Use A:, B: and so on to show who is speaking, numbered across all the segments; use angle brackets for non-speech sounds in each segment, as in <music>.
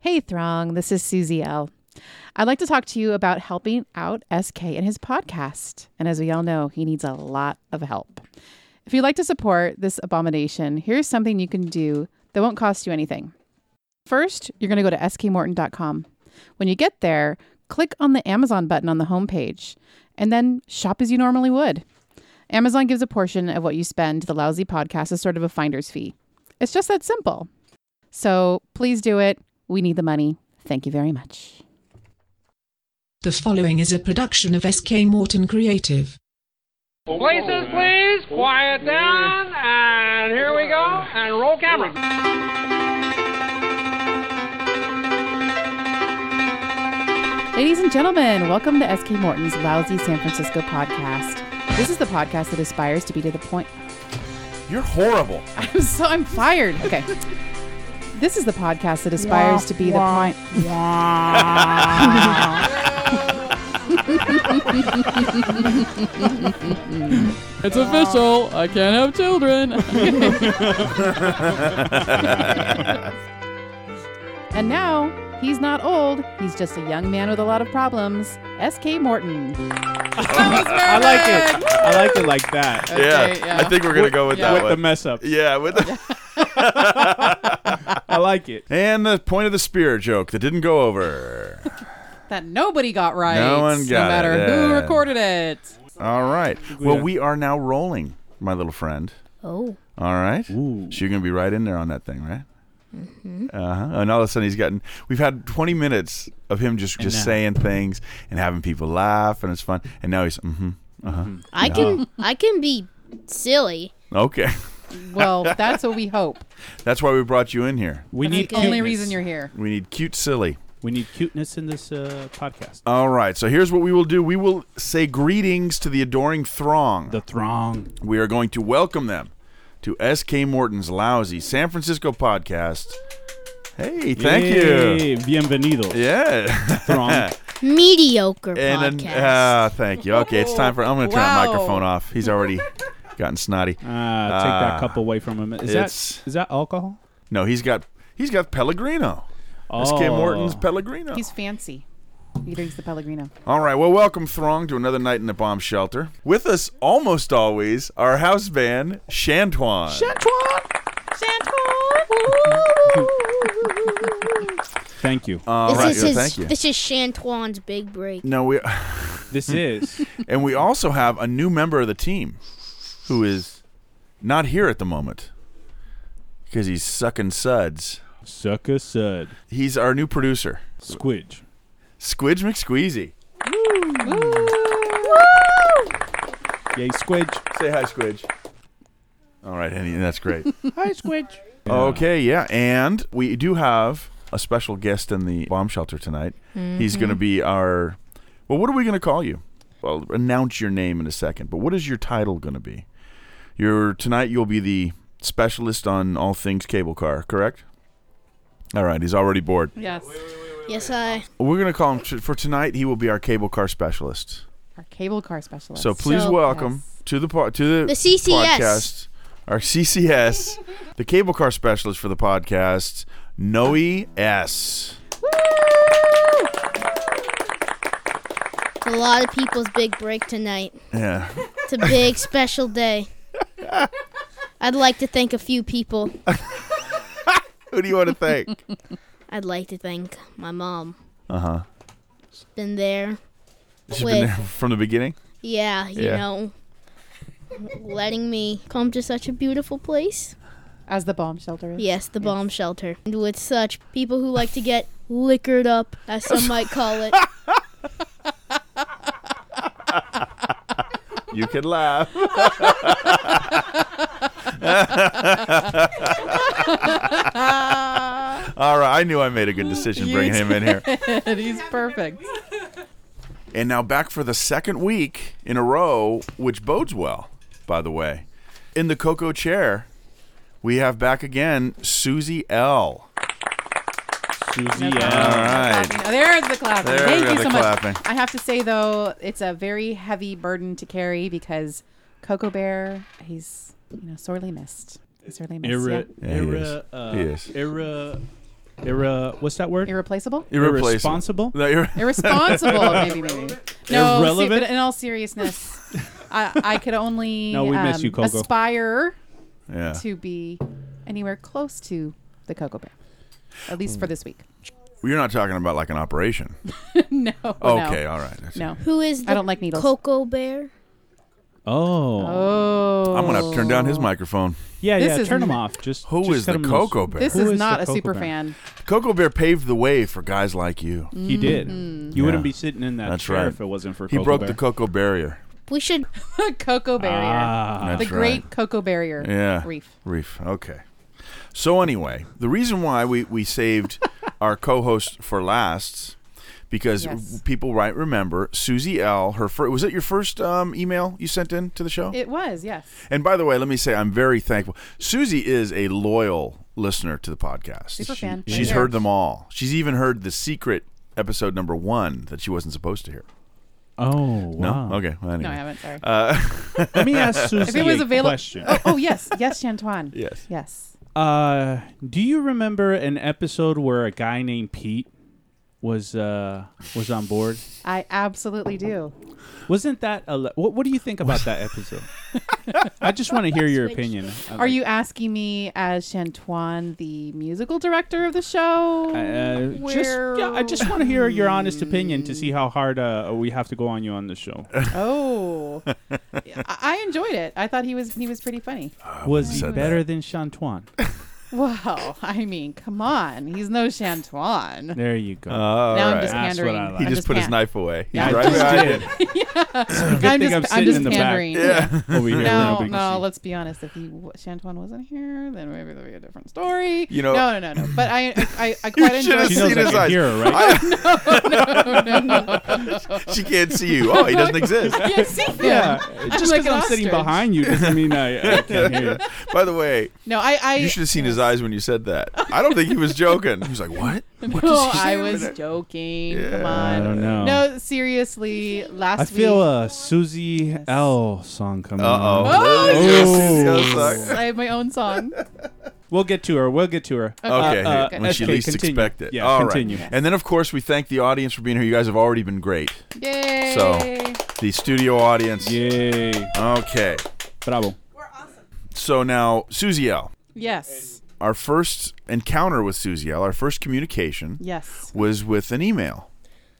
A: Hey, Throng, this is Susie L. I'd like to talk to you about helping out SK in his podcast. And as we all know, he needs a lot of help. If you'd like to support this abomination, here's something you can do that won't cost you anything. First, you're going to go to skmorton.com. When you get there, click on the Amazon button on the homepage and then shop as you normally would. Amazon gives a portion of what you spend to the lousy podcast as sort of a finder's fee. It's just that simple. So please do it. We need the money. Thank you very much.
B: The following is a production of SK Morton Creative.
C: Places, please, quiet down, and here we go, and roll camera.
A: Ladies and gentlemen, welcome to SK Morton's Lousy San Francisco podcast. This is the podcast that aspires to be to the point. <laughs>
D: You're horrible.
A: I'm so I'm fired. Okay. This is the podcast that aspires to be the point.
E: It's official. I can't have children.
A: And now, he's not old. He's just a young man with a lot of problems. SK
D: <laughs>
A: Morton.
F: I like it. I like it like that.
D: yeah.
E: yeah.
D: I think we're gonna go with
E: Yeah.
D: that
F: With the
D: one.
F: mess up.
D: yeah, with the
F: I like it.
D: and the point of the spear joke that didn't go over.
A: That nobody got right.
D: No one got it,
A: matter who
D: yeah.
A: recorded it.
D: All right. Well, we are now rolling, my little friend.
G: Oh,
D: All right. So you're gonna be right in there on that thing, right? Uh-huh. And all of a sudden, he's gotten. We've had 20 minutes of him just just
F: now-
D: saying things and having people laugh, and it's fun. And now he's, mm-hmm, uh-huh.
G: I can I can be silly.
D: Okay. <laughs>
A: Well, that's what we hope.
D: That's why we brought you in here.
F: We
A: That's
F: need
A: the only
F: cuteness.
A: reason you're here.
D: We need cute, silly.
F: We need cuteness in this uh, podcast.
D: All right. So here's what we will do. We will say greetings to the adoring throng.
F: The throng.
D: we are going to welcome them to SK Morton's lousy San Francisco podcast. Hey, thank you.
F: Yay, Bienvenidos.
D: Yeah. <laughs>
F: Throng. Uh,
G: Mediocre
D: and
G: podcast.
D: then, uh, thank you. Okay, it's time for. I'm going to turn
A: Wow.
D: the microphone off. He's already
G: <laughs>
D: gotten snotty.
F: Ah, take
D: Ah.
F: that cup away from him. Is that
D: It's-
F: is that alcohol?
D: No, he's got he's got Pellegrino. SK Morton's Pellegrino.
A: He's fancy. He drinks the Pellegrino.
D: All right. Well, welcome Throng to another night in the bomb shelter. With us almost always our house band Shantuan.
F: Thank you.
D: All
G: this
D: right.
G: is
D: yeah,
G: his,
D: thank you.
G: This is Shantuan's big break.
D: No, we
F: this
D: <laughs>
F: is
D: And we also have a new member of the team who is not here at the moment because he's sucking suds.
F: sucker sud
D: He's our new producer,
F: squidge.
D: Squidge McSqueezy.
F: Yay, squidge.
D: Say hi, Squidge. All right, Henny, that's great.
F: Hi, squidge.
D: okay, yeah. And we do have a special guest in the bomb shelter tonight. He's going to be our. Well, what are we going to call you? Well, announce your name in a second, but what is your title going to be? Your tonight you'll be the specialist on all things cable car, correct? All right, he's already bored.
A: Yes.
G: Yes, I.
D: We're going to call him for tonight. He will be our cable car specialist.
A: Our cable car specialist.
D: So please
G: So-
D: welcome to the po- to the,
G: The CCS.
D: podcast our CCS, the cable car specialist for the podcast, Noe S.
G: It's a lot of people's big break tonight.
D: Yeah. <laughs>
G: It's a big special day. I'd like to thank a few people.
D: Who do you want to thank?
G: I'd like to thank my mom.
D: uh huh.
G: She's been there.
D: She's
G: With-
D: been there from the beginning.
G: Yeah, you
D: Yeah.
G: know, letting me come to such a beautiful place.
A: As the bomb shelter is.
G: Yes, the bomb shelter. And with such people who like to get liquored up, as some might call it.
D: You can
G: <laughs>
D: laugh. <laughs> All right, I knew I made a good decision bringing him in here.
A: He's perfect.
D: And now back for the second week in a row, which bodes well, by the way. In the Coco chair, we have back again Susie L.
F: Susie.
D: All
F: yeah.
D: right.
A: Clapping. There's the clapping.
D: There
A: Thank
D: we
A: you so
D: go, the
A: much.
D: clapping.
A: I have to say though, it's a very heavy burden to carry because Coco Bear, he's you know sorely missed. Sorely missed.
F: Era,
A: yeah.
D: Yeah, he
F: era,
D: is.
F: uh,
D: He is.
F: era, Irre- what's that word?
A: Irreplaceable?
D: Irreplaceable.
F: Irresponsible.
D: No, you're- <laughs>
A: Irresponsible, maybe, maybe. No, see,
F: Irrelevant?
A: but in all seriousness, I, I could only
F: <laughs> No, we miss
A: um,
F: you, Coco. Ah.
A: aspire
D: yeah.
A: to be anywhere close to the Cocoa Bear, at least
F: Hmm.
A: for this week. <laughs>
D: You're not talking about like an operation.
A: No.
D: Okay, uh, all right. That's-
A: No. no.
G: Who is the
A: I don't like needles.
G: Cocoa Bear?
F: Oh.
A: Oh.
D: I'm gonna have to turn down his microphone.
F: Yeah,
A: This
F: yeah.
A: is
F: Turn them
A: n-
F: off. Just
D: Who
F: just
D: is
F: cut
D: the
F: 'em loose.
D: Cocoa Bear?
A: This
F: Who
A: is
F: is
A: not
F: the
A: a
F: Cocoa
A: super
F: Bear?
A: fan. <laughs>
D: Cocoa Bear paved the way for guys like you.
F: He did. You wouldn't be sitting in that
D: That's
F: chair
D: right.
F: if it wasn't for
D: He
F: Cocoa
D: broke
F: Bear.
D: the cocoa barrier.
A: <laughs>
G: We should.
A: Cocoa Barrier.
F: Ah.
A: the
D: That's
A: Great
D: right.
A: Cocoa Barrier
D: Yeah.
A: Reef.
D: Reef. Okay. So anyway, the reason why we,
A: <laughs>
D: we saved our co-host for last because
A: Yes.
D: people right remember Susie L. Her fir- was it your first um, email you sent in to the show?
A: It was, yes.
D: and by the way, let me say I'm very thankful. Susie is a loyal listener to the podcast.
A: Super
D: She-
A: fan.
D: She's
A: Yeah.
D: heard them all. She's even heard the secret episode number one that she wasn't supposed to hear.
F: Oh.
D: <laughs>
F: Wow.
D: No. Okay. Well, anyway.
A: No, I haven't. Sorry.
D: Uh,
F: Let me ask Susie
A: if it was
F: a
A: available.
F: question.
A: Oh, oh, yes. Yes,
D: <laughs>
A: Chantuan.
D: Yes.
A: Yes.
F: Uh, do you remember an episode where a guy named Pete was uh was on board?
A: I absolutely do.
F: Wasn't that a le- what? What do you think about that episode? I just want to hear your
G: Switch.
F: opinion. Uh, I
A: Are
F: like-
A: you asking me as Chantuan, the musical director of the show?
F: Uh, just,
A: Where-
F: yeah, I just want to hear your honest opinion to see how hard uh, we have to go on you on the show. <laughs>
A: oh. I-, I enjoyed it. I thought he was he was pretty funny.
F: Was he
D: Ah, said
F: better than Shantuan?
A: Wow. I mean, come on. He's no Chantuan.
F: There you go.
D: All
A: now I'm
D: right.
A: just
F: That's what
A: pandering.
F: I like.
D: he
A: I'm
D: just, put his
A: pan-
D: knife away. He's
F: I
D: right
F: just
D: behind
F: did.
D: <laughs> it.
A: I'm
F: thing
A: just,
F: I'm
A: I'm
F: sitting
A: just
F: in the back.
A: pandering.
F: Over
A: <laughs>
F: here,
A: No,
F: we're
A: no.
F: no,
A: Let's be honest. If he w- Shantuan wasn't here, then maybe there'd be a different story.
D: You know-
A: no, no, no, no. But I, I,
F: <laughs>
A: I quite
D: You
A: enjoyed.
D: should
A: <laughs>
D: have
F: She
D: seen
F: knows I
D: his
F: can
D: eyes.
F: hear her, right? <laughs>
D: she can't see you. Oh, he doesn't exist.
A: Yeah, see him.
F: yeah, just
A: like
F: because
A: an
F: I'm sitting
A: ostrich.
F: behind you doesn't mean I, I can't hear. you.
D: By the way,
A: No, I, I.
D: you
F: <laughs>
D: should have seen his eyes when you said that. I don't think he was joking. He was like, "What? What
A: No,
D: does he
A: Oh, I
D: say?"
A: was joking. Come
D: Yeah.
A: on.
F: I don't know.
A: No, seriously. Last
F: <laughs> I feel
A: week,
F: a Susie L song coming.
D: Uh-oh.
F: on.
A: Oh,
D: There we go.
F: yes.
D: See the other
F: uh,
D: side.
A: I have my own song.
F: We'll get to her. We'll get to her.
D: Okay,
F: Uh,
D: here,
F: uh,
D: when she
F: okay,
D: least
F: continue.
D: expected it.
F: Yeah,
D: All right.
F: continue.
D: And then, of course, we thank the audience for being here. You guys have already been great.
A: Yay.
D: So- The studio audience.
F: Yay!
D: Okay.
F: Bravo.
D: So now, Susie L.
A: Yes.
D: Our first encounter with Susie L. Our first communication
A: Yes.
D: was with an email,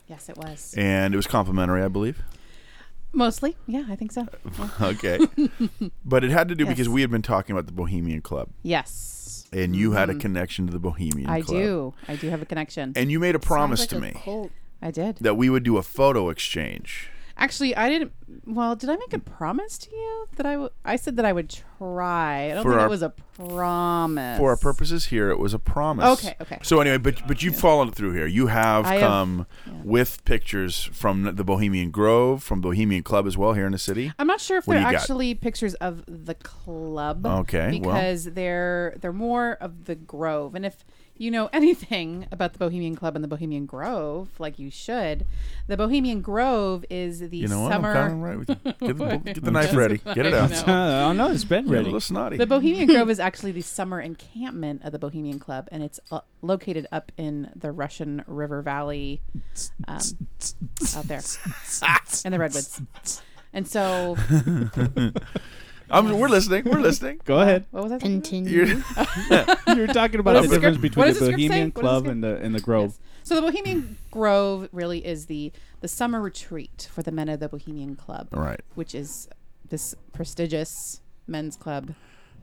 A: Yes, it was.
D: and it was complimentary, I believe. <laughs>
A: Mostly. Yeah, I think so. Yeah. <laughs>
D: Okay. but it had to do because
A: Yes.
D: we had been talking about the Bohemian Club,
A: Yes.
D: and you had a connection to the Bohemian
A: Mm-hmm. I
D: Club.
A: do. I do have a connection.
D: And you made a promise
G: Sounds
D: to
G: like
D: me
G: a cult.
A: I did.
D: that we would do a photo exchange.
A: Actually, I didn't. Well, did I make a promise to you that I? W- I said that I would try. I don't
D: For
A: think
D: our-
A: it was a promise.
D: For our purposes here, it was a promise.
A: Okay, okay.
D: So anyway, but but you've followed through here. You have
A: I have-
D: come with pictures from the Bohemian Grove, from Bohemian Club as well here in the city.
A: I'm not sure if
D: What do
A: they're
D: you got?
A: actually pictures of the club.
D: Okay, well.
A: Because they're they're more of the Grove, and if you know <laughs> anything about the Bohemian Club and the Bohemian Grove, like you should, the Bohemian Grove is the
D: You know what?
A: summer.
D: I'm kind of right with you. Get the,
A: <laughs>
D: get the knife ready. Get it out.
A: No.
F: <laughs> oh no, it's been
D: You're a
F: ready.
D: little snotty.
A: The Bohemian Grove is actually the summer encampment of the Bohemian Club, and it's uh, located up in the Russian River Valley um, out there in the Redwoods. And so,
D: I'm, we're
A: <laughs>
D: listening. We're listening.
F: Go ahead.
A: what was I saying?
G: Continue.
D: You're-
A: Mm-hmm.
F: You're talking about
A: What
F: the
A: does the
F: difference
A: script- what
F: between
A: does
F: the
A: the script say?
F: Bohemian
A: What does
F: Club
A: the
F: and the and the Grove.
A: So the Bohemian Grove really is the the summer retreat for the men of the Bohemian Club,
D: All right.
A: which is this prestigious men's club,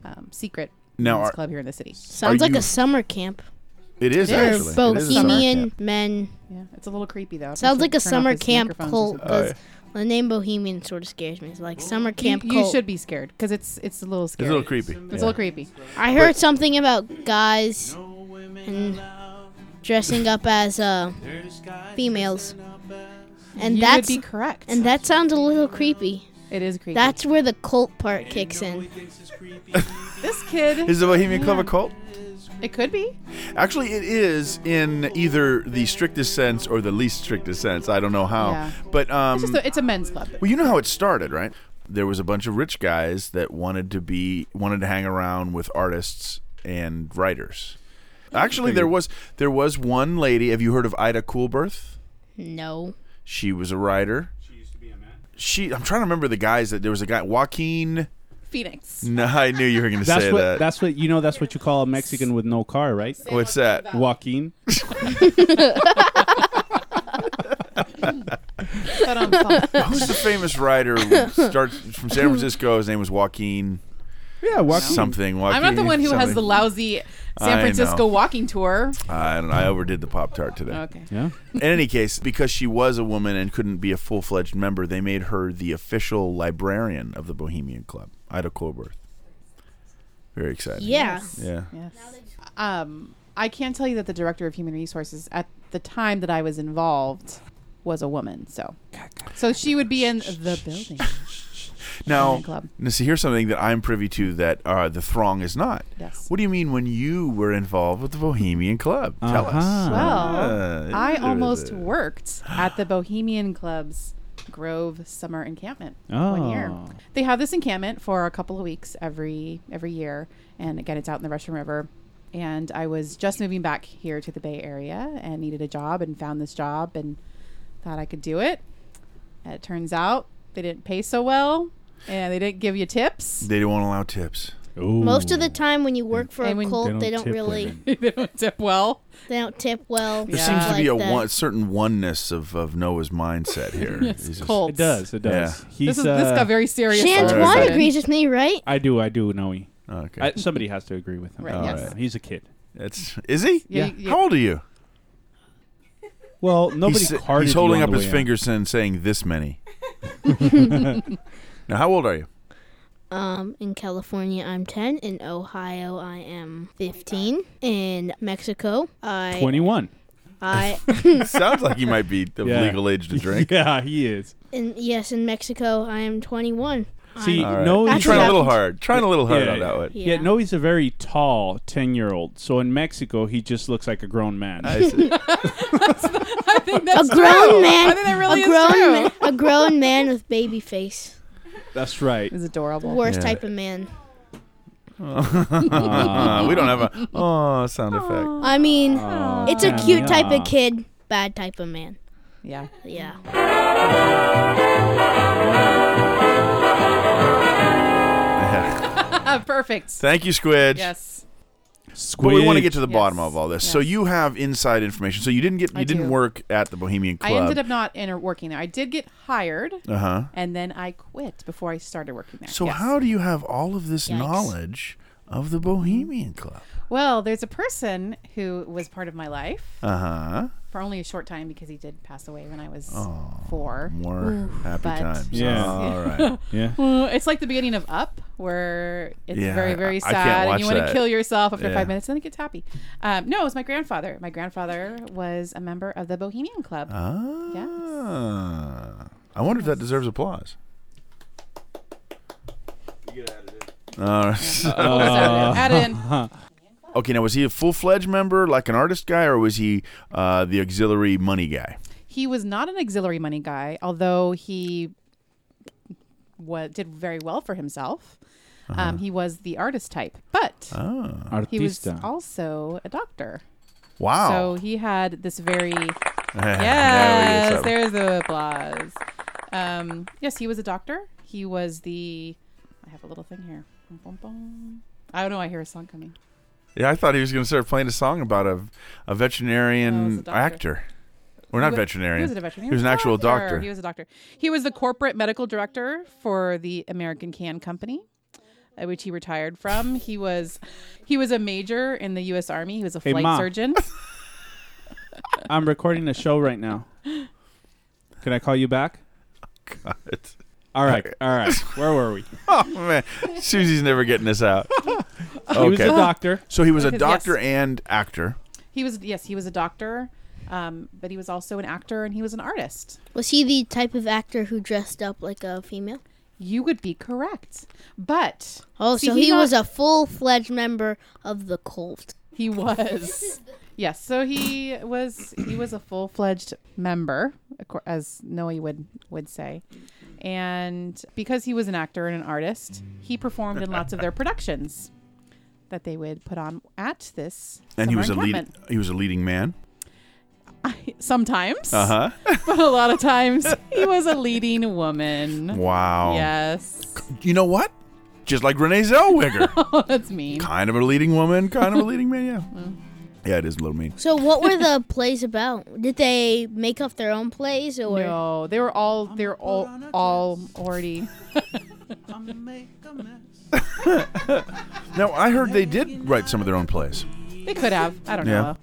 A: um, secret
D: Now,
A: men's
D: are-
A: club here in the city.
G: Sounds
D: Are
G: like
D: you-
G: a summer camp
D: It is
A: It is.
D: actually.
G: for
D: It is a summer
G: Bohemian
D: camp.
G: men.
A: Yeah, it's a little creepy though.
G: Sounds like
A: Turn
G: a
A: off
G: summer
A: his
G: camp uh,
A: microphones or
G: cult.
A: something.
G: 'cause the name Bohemian sort of scares me. It's like summer camp
A: You,
G: cult.
A: you should be scared because it's it's a little
D: It's
A: scary.
D: a little creepy.
A: It's a little creepy.
G: I heard something about guys and dressing up as uh, females, and
A: you
G: that's
A: would be correct.
G: and that sounds a little creepy.
A: it is creepy.
G: That's where the cult part kicks in.
A: this kid.
D: Is the Bohemian Club a cult?
A: it could be.
D: Actually, it is in either the strictest sense or the least strictest sense. I don't know how,
A: Yeah.
D: but um,
A: It's just a, it's a men's club.
D: Well, you know how it started, right? There was a bunch of rich guys that wanted to be wanted to hang around with artists and writers. Actually, there was there was one lady. Have you heard of Ida Coolbirth?
G: No.
D: She was a writer. She used to be a man. She. I'm trying to remember the guys that there was a guy Joaquin. <laughs>
A: Phoenix.
D: No, I knew you were going to
F: That's
D: say
F: what.
D: that.
F: That's what you know. That's what you call a Mexican with no car, right?
D: What's that?
F: Joaquin.
A: um,
D: Who's the
A: <laughs>
D: famous writer who starts from San Francisco? His name was Joaquin
F: Yeah, Joaquin.
D: something. Joaquin
A: I'm not the one who has the
D: something.
A: lousy
D: I
A: San
D: know.
A: Francisco walking tour.
D: I don't know. I overdid the Pop Tart today.
A: Okay.
F: Yeah.
D: <laughs> In any case, because she was a woman and couldn't be a full fledged member, they made her the official librarian of the Bohemian Club, Ida Coolbirth. Very exciting.
G: Yeah.
D: Yeah.
A: Yes. Um, I can tell you that the director of human resources at the time that I was involved was a woman. So, so she would be in the building.
D: Now,
A: Bohemian Club.
D: now, see, here's something that I'm privy to that uh, the Throng is not.
A: Yes.
D: What do you mean when you were involved with the Bohemian Club? Tell us.
F: Uh-huh.
A: Well,
D: Ah,
A: Oh, I
D: it
A: almost
D: is.
A: worked at the Bohemian Club's Grove Summer Encampment one year.
F: Oh.
A: They have this encampment for a couple of weeks every every year, and again, it's out in the Russian River. And I was just moving back here to the Bay Area and needed a job and found this job and thought I could do it. And it turns out they didn't pay so well, and they didn't give you tips. <laughs>
D: They won't allow tips.
G: Most of the time when you work for a
A: And when-
G: cult,
A: They
G: they
F: don't
G: don't,
F: tip
G: really
F: women.
A: they don't tip well.
G: they don't tip well.
A: There
D: There
A: Yeah.
D: seems to be a
G: like that.
D: one, certain oneness of, of Noah's
A: <laughs>
D: mindset here. He's just-
A: Cults.
F: It does. It does.
D: Yeah.
F: He's,
A: This, is, this
F: uh,
A: got very serious. all
G: Shans
A: of a
G: one
A: sudden.
G: agrees with me, right?
F: I do. I do know
A: <laughs>
F: he.
D: Okay.
F: I, somebody has to agree with him.
A: Right, All yes.
F: He's a kid.
D: That's is he?
A: Yeah,
F: Yeah.
A: you-
D: How old are you?
F: Well, nobody
D: he's,
F: carded
D: he's
F: you
D: holding
F: on
D: up
F: the
D: his
F: way out.
D: fingers and saying
A: <laughs>
D: this many. now, how old are you?
G: Um, in California, I'm 10. In Ohio, I am 15. In Mexico, I
F: 21.
G: I
D: Sounds like you might be of
F: <laughs> Yeah.
D: legal age to drink.
F: Yeah, he is.
G: in, yes, in Mexico, I am 21.
F: See,
D: All right.
F: no,
D: You're
F: he's
D: trying a
F: a-
D: little hard. Trying a little hard
F: Yeah.
D: on
A: <laughs>
D: that one.
F: Yeah. no, he's a very tall 10 year old. So in Mexico, he just looks like a grown man.
D: I see.
A: I think that's
G: a grown
A: true.
G: man.
A: I think that really
G: a
A: is
G: grown
A: true.
G: man. A grown man with baby face.
F: That's right.
A: It's adorable.
G: Worst
D: Yeah.
G: type of man.
D: Uh, we don't have a oh sound effect.
G: I mean, it's a
F: Aw.
G: cute type of kid, bad type of man.
A: Yeah.
G: Yeah.
A: perfect.
D: Thank you, Squidge.
A: Yes.
D: But we want to get to the
A: Yes.
D: bottom of all this. So
A: Yes.
D: you have inside information. So you didn't get you
A: I
D: didn't
A: do.
D: work at the Bohemian Club.
A: I ended up not inter- working there. I did get hired,
D: uh huh.
A: and then I quit before I started working there.
D: So
A: Yes. Mm-hmm.
D: how do you have all of this
G: Yikes.
D: knowledge of the Bohemian Club?
A: Well, there's a person who was part of my life
D: Uh huh.
A: for only a short time because he did pass away when I was four.
D: More happy
A: but-
D: times.
F: <laughs> Yeah.
D: All right.
F: Yeah.
A: Well, It's like the beginning of Up, where it's
D: Yeah,
A: very, very
D: I- I
A: sad,
D: can't
A: and you
D: watch
A: want
D: that.
A: to kill yourself after
D: Yeah.
A: five minutes, and then it gets happy. Um, no, it was my grandfather. My grandfather was a member of the Bohemian Club.
D: Ah. I wonder if that deserves applause. All right. <laughs>
A: So, add in.
D: Okay, now was he a full fledged member, like an artist guy, or was he uh, the auxiliary money guy?
A: he was not an auxiliary money guy, although he wa did very well for himself. Um, he was the artist type, but he was
F: Artista.
A: also a doctor.
D: Wow.
A: So
D: <laughs>
A: he had this very
D: There we go.
A: yes. There's the applause. Um, yes, he was a doctor. He was the. I have a little thing here. Bum, bum, bum. I don't know. I hear a song coming.
D: yeah, I thought he was going to start playing a song about a, a
A: No, it was
D: veterinarian
A: a doctor.
D: actor. Or not
A: wa-
D: veterinarian.
A: He was a veterinarian.
D: He was an
A: a
D: actual doctor.
A: He was a doctor. He was the corporate medical director for the American Can Company, uh, which he retired from. He was he was a major in the U.S. Army. He was a
F: Hey,
A: flight
F: Ma. <laughs>
A: surgeon.
F: I'm recording a show right now. Can I call you back?
D: <laughs> God.
F: All right. All right. Where
D: <laughs>
F: were we?
D: Oh, man. Susie's never getting this out.
F: He was a
H: <laughs>
D: Okay.
F: doctor.
D: So he was a
A: Because-
D: doctor
A: yes.
D: and actor.
A: He was yes, he was a doctor, um, but he was also an actor and he was an artist.
G: Was he the type of actor who dressed up like a female?
A: You would be correct, but
G: Oh,
A: See,
G: so
A: he
G: he,
A: not-
G: was a full-fledged member of the cult.
A: he was yes. So he was he was a full fledged member, of cour- as Noah would would say. And because he was an actor and an artist, he performed in lots of their productions. that they would put on at this.
D: And he
A: summer
D: was a lead,
A: encampment.
D: he was a leading man.
A: Sometimes,
D: Uh huh.
A: <laughs> but a lot of times he was a leading woman.
D: Wow.
A: Yes, <laughs>
D: You know what? Just like Renee Zellweger,
A: oh, that's mean.
D: kind of a leading woman, kind of a leading
A: <laughs>
D: man. Yeah.
A: Mm.
D: Yeah, it is a little mean.
G: So what were the <laughs> plays about? Did they make up their own plays or
A: No, they were all they're all all already.
D: Now I heard they did write some of their own plays.
A: They could have. I don't
D: Yeah.
A: know.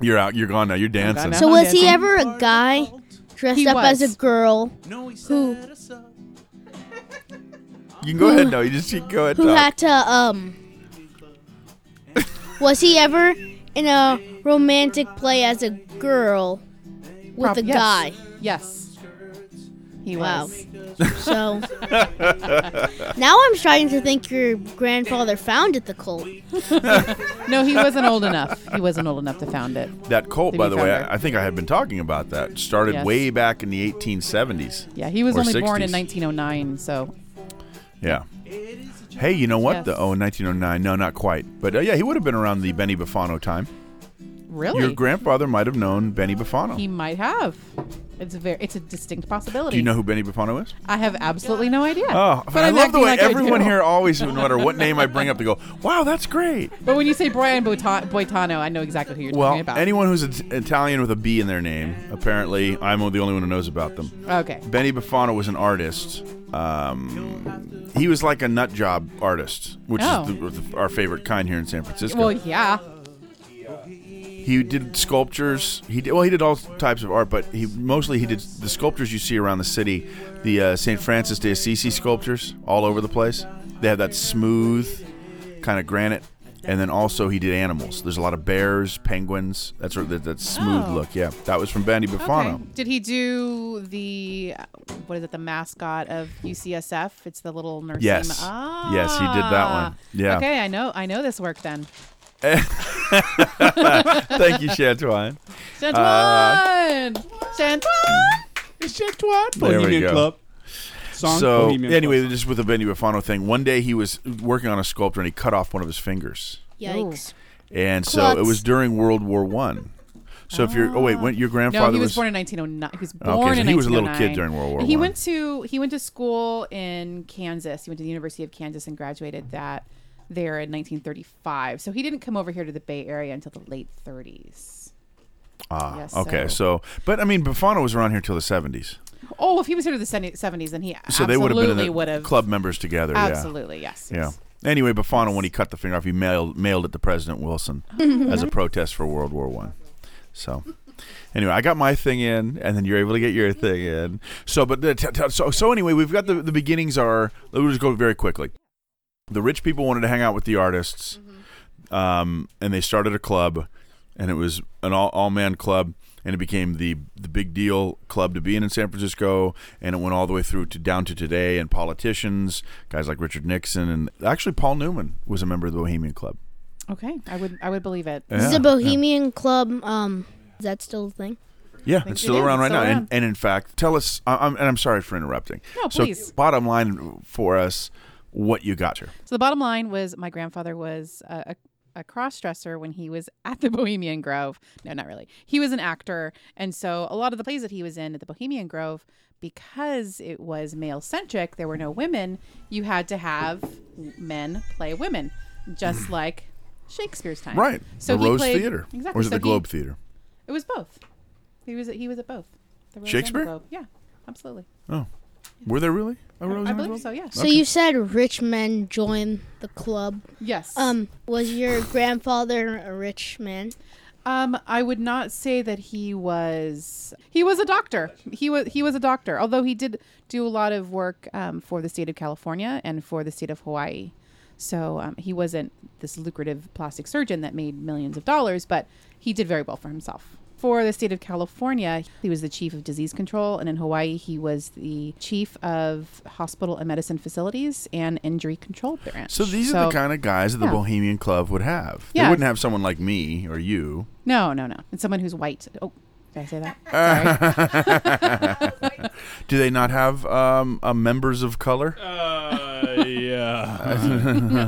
D: You're out. You're gone now. You're
A: gone
D: dancing.
A: now.
G: So
A: I'm
G: was he
A: dancing.
G: ever a guy dressed
A: He
G: up as
A: was.
G: a girl who
D: You can go ahead now. You just Uh, you go ahead.
G: who
D: Todd.
G: had to um was he ever in a romantic play as a girl with
A: Prob-
G: a
A: yes.
G: guy?
A: Yes, he
G: Wow.
A: was.
G: So now I'm starting to think your grandfather founded the cult.
A: No, he wasn't old enough. He wasn't old enough to found it.
D: That cult,
A: Did
D: by
A: you
D: the
A: find
D: way,
A: her?
D: I, I think I had been talking about that. Started
A: Yes.
D: way back in the 1870s.
A: Yeah, he was
D: Or
A: only born in
D: 60s.
A: 1909, so
D: Yeah. Hey, you know what?
A: Yes.
D: The, oh, in 1909. No, not quite. But uh, yeah, he would have been around the Benny Buffano time.
A: really,
D: Your grandfather might have known Benny Buffano.
A: he might have. It's a very, it's a distinct possibility.
D: Do you know who Benny Buffano is?
A: I have absolutely no idea.
D: Oh,
A: But
D: I
A: I'm
D: love the
A: acting
D: way
A: like I
D: everyone
A: do.
D: here always, no matter what name I bring up, they go, "Wow, that's great."
A: But when you say Brian Boita- Boitano, I know exactly who you're
D: Well,
A: talking about.
D: anyone who's It- Italian with a B in their name, apparently, I'm the only one who knows about them.
A: okay.
D: Benny Buffano was an artist. Um, he was like a nut job artist, which
A: Oh.
D: is the, the, our favorite kind here in San Francisco.
A: Well, yeah.
D: he did sculptures. He did well. He did all types of art, but he mostly he did the sculptures you see around the city, the uh, St. Francis de Assisi sculptures all over the place. They have that smooth kind of granite, and then also he did animals. There's a lot of bears, penguins. That's sort of that, that smooth
A: Oh.
D: look. Yeah, that was from Bandy Buffano.
A: Okay. Did he do the what is it? The mascot of UCSF? It's the little nursing.
D: Yes.
A: Ah.
D: Yes, he did that one. Yeah.
A: Okay, I know. I know this work then.
D: Thank you,
A: <laughs>
D: Chantuan. Uh,
A: Chantuan. Chantuan.
D: There we
F: Bohemian
D: go.
F: Club. Song
D: So
F: Bohemian
D: anyway,
F: Club.
D: just with the Benny Buffano thing, one day he was working on a sculpture and he cut off one of his fingers.
G: Yikes.
D: and so it
G: Klutz.
D: was during World War One. So if you're, oh wait, when your grandfather
A: Ah. No, he was, born in 1909. He was
D: Okay,
A: born
D: so
A: in
D: he was a little
A: 1909.
D: kid during World War
A: And He
D: One.
A: went to he went to school in Kansas. He went to the University of Kansas and graduated that there in 1935. So he didn't come over here to the Bay Area until the late 30s.
D: ah,
A: yes,
D: okay,
A: so-
D: so. but I mean, Buffano was around here till the seventies,
A: Oh, if he was here to the 70- 70s, then he
D: so
A: absolutely
D: they would have been in the
A: would have
D: club members together.
A: Absolutely, yes.
D: Yeah,
A: yes.
D: yeah. Anyway, Buffano, when he cut the finger off, he mailed mailed it to President
A: <laughs>
D: Wilson as a protest for World War One. So. Anyway, I got my thing in, and then you're able to get your thing in. So, but the, t- t- so so anyway, we've got the the beginnings are. We'll just go very quickly. The rich people wanted to hang out with the artists.
A: Mm-hmm.
D: um, and they started a club, and it was an all, all man club, and it became the the big deal club to be in in San Francisco, and it went all the way through to down to today, and politicians, guys like Richard Nixon, and actually Paul Newman was a member of the Bohemian Club.
A: Okay, I would I would believe it.
D: Yeah,
G: This is
D: yeah.
G: a Bohemian Club. Um, is that still a thing?
D: Yeah, it's still
A: it is. It's
D: around right
A: still
D: now,
A: around.
D: And, and in fact, tell us. I- I'm, and I'm sorry for interrupting.
A: No,
D: so
A: please.
D: Bottom line for us, what you got here?
A: So the bottom line was my grandfather was a, a, a cross dresser when he was <laughs> at the Bohemian Grove. No, not really. He was an actor. And so a lot of the plays that he was in at the Bohemian Grove, because it was male centric, there were no women, you had to have men play women, just like Shakespeare's time.
D: Mm. Right,
A: So
D: the
A: he
D: Rose
A: played-
D: Theater,
A: Exactly.
D: or is
A: so
D: it the
A: he-
D: Globe Theater?
A: It was both. He was, he was at both. The Rose and the
D: Shakespeare?
A: Globe. Yeah, absolutely.
D: Oh, were there really a Rose?
A: I
D: and a
A: believe
D: Globe?
A: so, yeah.
G: So you said rich men join the club.
A: Yes.
G: Um, was your grandfather a rich man?
A: Um, I would not say that he was. He was a doctor. He was. He was a doctor. Although he did do a lot of work um, for the state of California and for the state of Hawaii. So um, he wasn't this lucrative plastic surgeon that made millions of dollars, but he did very well for himself. For the state of California, he was the chief of disease control, and in Hawaii, he was the chief of hospital and medicine facilities and injury control branch.
D: So these are the kind of guys that the
A: Yeah.
D: Bohemian Club would have. They
A: Yeah.
D: wouldn't have someone like me or you.
A: No, no, no. It's someone who's white. Oh, Did I say
D: <laughs>
A: that?
D: Do they not have um, uh, members of color?
H: Uh,
D: <laughs>
H: yeah.
A: I'm
H: no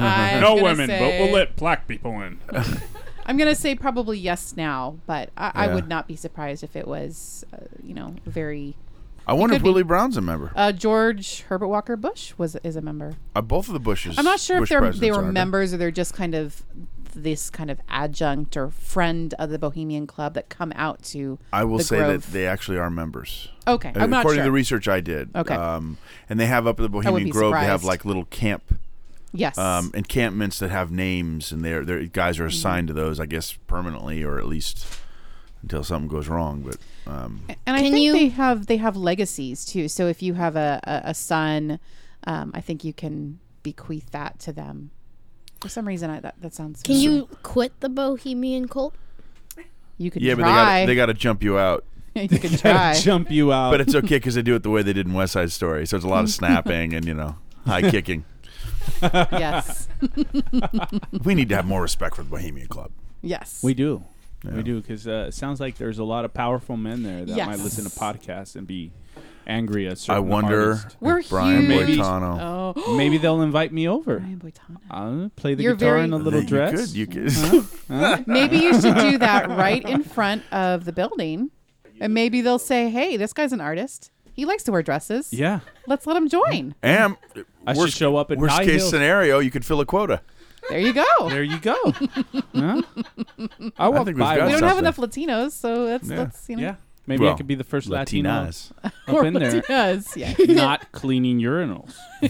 A: gonna
H: women, but
A: say-
H: we'll let black people
D: <laughs>
H: in.
A: I'm gonna say probably yes now, but I, I
D: Yeah.
A: would not be surprised if it was, uh, you know, very.
D: I wonder if
A: could be.
D: Willie Brown's a member.
A: Uh, George Herbert Walker Bush was is a member.
D: Uh, both of the Bushes.
A: I'm not sure
D: Bush
A: if they're they
D: presidents
A: were
D: are, but-
A: members or they're just kind of this kind of adjunct or friend of the Bohemian Club that come out to.
D: I will
A: the
D: say that
A: Grove.
D: they actually are members. Uh,
A: Okay, I'm not
D: According
A: sure.
D: to the research I did.
A: Okay.
D: Um, and they have up at the Bohemian
A: be
D: Grove, they have
A: surprised.
D: like little camp
A: yes.
D: um, encampments that have names, and they're, they're guys
A: Mm-hmm.
D: are assigned to those, I guess, permanently or at least until something goes wrong. But um,
A: and I
G: Can
A: think
G: you-
A: they have they have legacies too. So if you have a a, a son, um, I think you can bequeath that to them. For some reason, I, that that sounds.
G: Can you quit the Bohemian cult?
A: You could
D: yeah, but they
A: try.
D: got they got to jump you out.
A: <laughs>
D: <laughs>
A: you could try.
F: Jump you out.
D: But it's okay because they do it the way they did in West Side Story. So it's a
A: <laughs>
D: lot of snapping and you know high kicking.
A: yes.
D: We need to have more respect for the Bohemian Club.
A: Yes.
F: we do.
D: Yeah.
F: We do because uh, it sounds like there's a lot of powerful men there that might
A: Yes.
F: listen to podcasts and be angry at certain
D: I wonder.
F: artists.
A: We're
D: if Brian
A: huge.
D: Boitano.
A: Oh,
F: Maybe they'll invite me over.
A: Brian Boitano.
F: I'll play the
A: You're
F: guitar
A: very-
F: in a little
D: You
F: dress.
D: could- You could.
A: Maybe you should do that right in front of the building, and maybe they'll say, "Hey, this guy's an artist. He likes to wear dresses.
F: Yeah.
A: Let's let him join."
D: <laughs> and
F: I should
D: worst,
F: show up in
D: worst
F: high
D: case
F: heels.
D: scenario, you could fill a quota.
A: There you go.
F: There you go. Huh? I walked
D: think we've
F: by
D: got
A: we
F: one.
A: don't have
D: something.
A: enough Latinos, so that's
D: Yeah.
A: that's you know.
F: Yeah. Maybe
D: Well,
F: I could be the first Latino <laughs>
D: Latinas.
A: <laughs>
F: up in there
A: Latinas,
F: <laughs>
A: yeah.
F: not cleaning urinals.
D: <laughs> I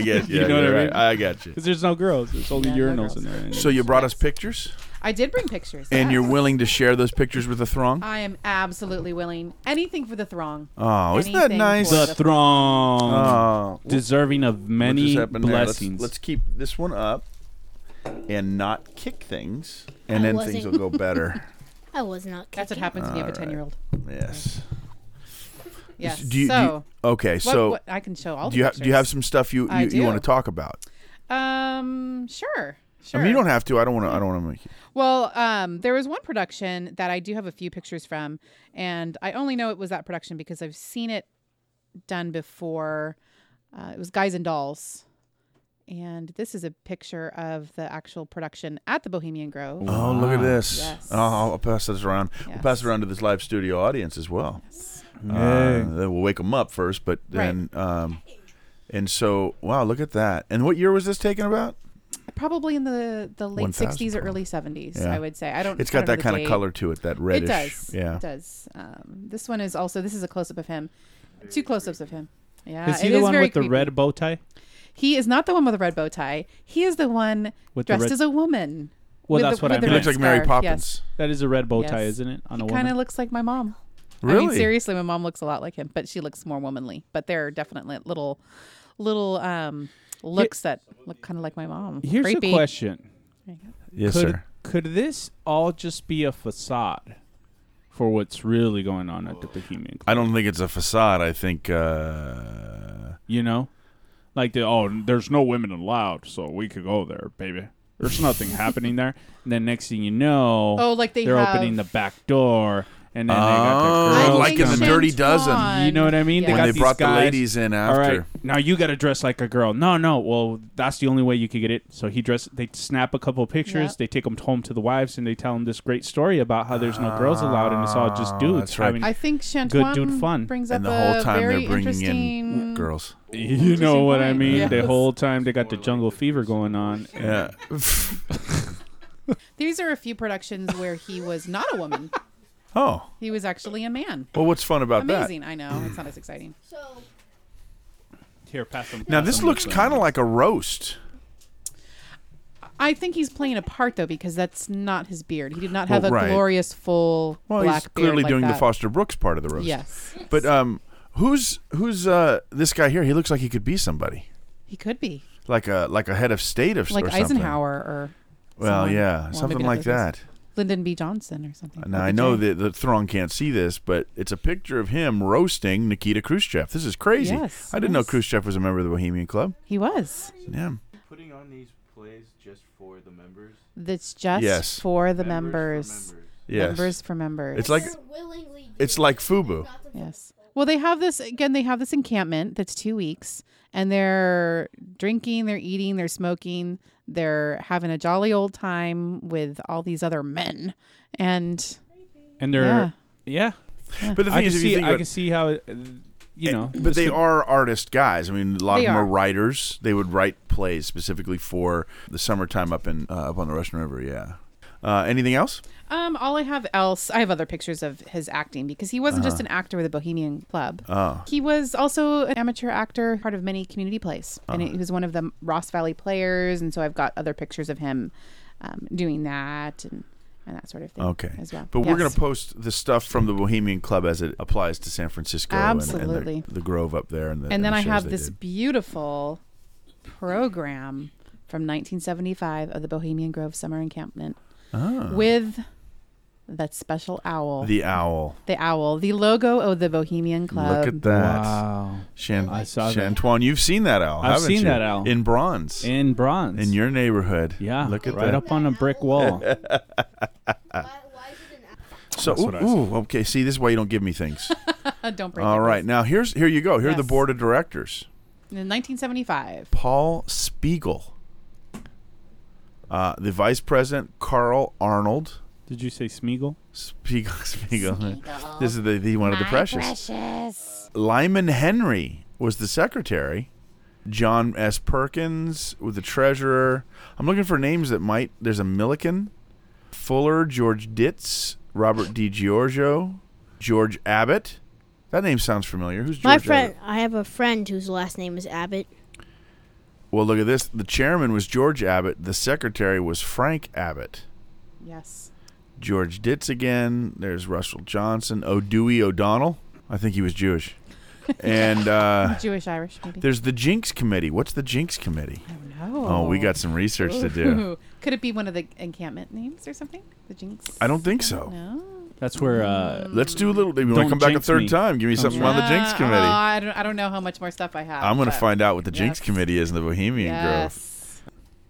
D: guess. Yeah,
F: You know what
D: you're
F: I mean?
D: right. I got
F: <laughs>
D: you.
F: Because there's no girls. There's only
A: Yeah, no
F: urinals
A: girls.
F: in there.
D: So you brought us pictures,
A: I did bring pictures.
D: and
A: yes.
D: you're willing to share those pictures with the throng.
A: I am absolutely willing. Anything for the throng.
D: Oh, isn't that
A: Anything
D: nice?
A: for
F: the throng
D: Oh,
F: deserving of
D: what just
F: Uh, many
D: happened there? Let's-
F: blessings.
D: Let's, keep this one up and not kick things, and
G: I
D: then
G: wasn't-
D: things will go better.
G: I was not.
A: That's what
G: kicking.
A: happens when you have a
D: All right.
A: ten-year-old.
D: yes.
A: Yes.
D: Do you, do you-
A: so,
D: okay,
A: what,
D: so
A: what, I can show all.
D: do
A: the
D: you ha- do you have
A: pictures.
D: some stuff you
A: I
D: you, you want to
A: do.
D: talk about?
A: Um, sure. Sure.
D: I mean, you don't have to. I don't want to. I don't want to make. You.
A: Well, um, there was one production that I do have a few pictures from, and I only know it was that production because I've seen it done before. Uh, it was Guys and Dolls. And this is a picture of the actual production at the Bohemian Grove.
D: Oh, look at
F: Wow.
D: this.
A: Yes.
D: Oh, I'll I'll pass this around. We'll pass
A: Yes.
D: it around to this live studio audience as well.
F: Yay.
D: Uh, then we'll wake them up first, but then. Um, and so, wow, look at that. And what year was this taken about?
A: Probably in the, the late
D: 1000
A: 60s or
D: probably.
A: early 70s,
D: Yeah.
A: I would say. I don't
D: It's
A: I
D: got
A: don't know
D: that
A: the
D: kind of
A: date.
D: color to it, that reddish.
A: It does.
D: Yeah.
A: It does. Um, this one is also, this is a close up of him. Two close ups of him. Yeah.
F: is he
A: Uh, it
F: the one
A: very
F: with the
A: creepy.
F: red bow tie?
A: He is not the one with the red bow tie. He is the one
F: With the
A: dressed
F: red-
A: as a woman.
F: Well,
A: With
F: that's
A: the-
F: what
A: with
F: I
A: the
D: He
F: meant.
D: looks like Mary
A: Scarf,
D: Poppins.
F: That is a red bow tie,
A: Yes.
F: isn't it? On a
A: He
F: woman.
A: kind of looks like my mom. I mean, seriously, my mom looks a lot like him, but she looks more womanly. But there are definitely little, little um, looks that look kind of like my mom.
F: Here's
A: Creepy.
F: a question.
D: Yes,
F: could
D: sir.
F: could this all just be a facade for what's really going on at the Bohemian Club?
D: I don't think it's a facade. I think. Uh,
F: You know, like the oh, there's no women allowed, so we could go there, baby. There's nothing happening there. And then next thing you know,
A: Oh, like they
F: are
A: have-
F: opening the back door, and then they
D: Oh,
F: got the girls
D: like in the
F: coming.
D: Dirty Dozen.
F: You know what I mean?
A: They
D: when
F: got
D: they
F: these
D: brought the
F: guys-
D: ladies in after.
F: All right, now you got to dress like a girl. No, no. Well, that's the only way you could get it. So he dress. They snap a couple pictures.
A: Yep.
F: They take them home to the wives, and they tell them this great story about how there's no girls allowed, and it's all just
D: Ah,
F: dudes.
D: that's right.
F: having-
A: I think Shantuan
F: dude fun.
A: brings up
D: And the whole
A: a
D: time
A: very
D: they're bringing in
A: interesting-
D: girls.
F: you know what I
A: point.
F: mean? The
A: Yes.
F: whole time they got the jungle fever going on.
D: Yeah.
A: These are a few productions where he was not a woman;
D: oh.
A: he was actually a man.
D: Well, what's fun about that?
A: Amazing, I know. It's not as exciting.
F: Here, pass them.
D: Now, this looks kind of like a roast.
A: I think he's playing a part though because that's not his beard. He did not have
D: Well,
A: a
D: right.
A: glorious full
D: Well,
A: black
D: he's
A: beard
D: clearly
A: like
D: doing
A: that.
D: the Foster Brooks part of the roast.
A: Yes,
D: But um, who's who's uh this guy here? He looks like he could be somebody,
A: he could be
D: like a like a head of state of
A: like
D: or something.
A: Eisenhower or
D: Well,
A: someone.
D: yeah,
A: Well,
D: something
A: maybe not
D: like
A: those guys.
D: that.
A: Lyndon B. Johnson or something.
D: Now I
A: LBJ.
D: know that the throng can't see this, but it's a picture of him roasting Nikita Khrushchev. This is crazy.
A: Yes,
D: I didn't know
A: yes.
D: Khrushchev was a member of the Bohemian Club.
A: he was.
D: Yeah.
I: putting on these plays just for the members.
A: That's just
D: Yes.
A: for the members.
I: Members For members.
D: Yes.
A: Members for members.
D: It's like it's like FUBU.
A: Yes. Well, they have this again. They have this encampment that's two weeks, and they're drinking, they're eating, they're smoking, they're having a jolly old time with all these other men, and
F: and they're yeah.
D: But the thing
F: I can
D: is, if you
F: see
D: think
F: I
D: about,
F: can see how it, uh, you know.
D: but they are artist guys. I mean, a lot
A: They
D: of them are.
A: are.
D: writers. They would write plays specifically for the summertime up in uh, up on the Russian River. Yeah. Uh, anything else?
A: um, all I have else, I have other pictures of his acting because he wasn't just an actor with a Bohemian Club.
D: Oh,
A: He was also an amateur actor, part of many community plays, and he was one of the Ross Valley Players. And so I've got other pictures of him um, doing that and and that sort of thing.
D: okay.
A: as well.
D: But we're going
A: Yes.
D: to post the stuff from the Bohemian Club as it applies to San Francisco and- and,
A: Absolutely.
D: the, the Grove up there. And, the,
A: and then
D: the
A: I
D: shows
A: have
D: they
A: this
D: did.
A: beautiful program from 1975 of the Bohemian Grove Summer Encampment with that special owl, the,
D: Uh-huh. The Owl.
A: owl, the logo of the Bohemian Club.
D: Look at that.
F: wow.
D: Shan-
F: I saw that.
D: Shantuan, you've seen that owl.
F: I've
D: haven't
F: seen
D: you?
F: that owl.
D: in bronze in,
F: In bronze.
D: your neighborhood.
F: yeah.
D: look at
F: right
D: that.
F: up on a brick
D: <laughs>
F: wall.
D: So,
F: That's what I
D: ooh, ooh, okay. See, this is why you don't give me things.
A: Uh, Don't break
D: All
A: it,
D: right,
A: please.
D: now here's here you go. Here are the
A: Yes.
D: board of directors:
A: In 1975.
D: Paul Spiegel, uh, the vice president Carl Arnold.
F: Did you say Smeagol?
D: Spiegel, <laughs> Spiegel. This is the, the one of the precious. Lyman Henry was the secretary. John S. Perkins was the treasurer. I'm looking for names that might. There's a Milliken, Fuller, George Ditz, Robert D. Giorgio, George Abbott. That name sounds familiar. Who's George
G: My friend,
D: Abbott?
G: I have a friend whose last name is Abbott.
D: Well, look at this. The chairman was George Abbott. The secretary was Frank Abbott.
A: Yes.
D: George Ditz again. There's Russell Johnson. O'Dewey O'Donnell. I think he was Jewish.
A: <laughs>
D: And uh,
A: Jewish Irish, maybe.
D: there's the Jinx Committee. What's the Jinx Committee?
A: no.
D: Oh, we got some research to do.
A: Ooh. Could it be one of the encampment names or something? The Jinx?
D: I don't think so.
A: No.
F: That's where uh,
A: Mm.
D: Let's do a little. You want to
F: Don't
D: come back a
F: jinx
D: third
F: me.
D: time? Give me something on the Jinx
A: Uh,
D: Committee.
A: Oh, I, don't, I don't know how much more stuff I have.
D: I'm going to
A: but-
D: find out what the Jinx
A: yes.
D: Committee is in the Bohemian Grove.
A: Yes.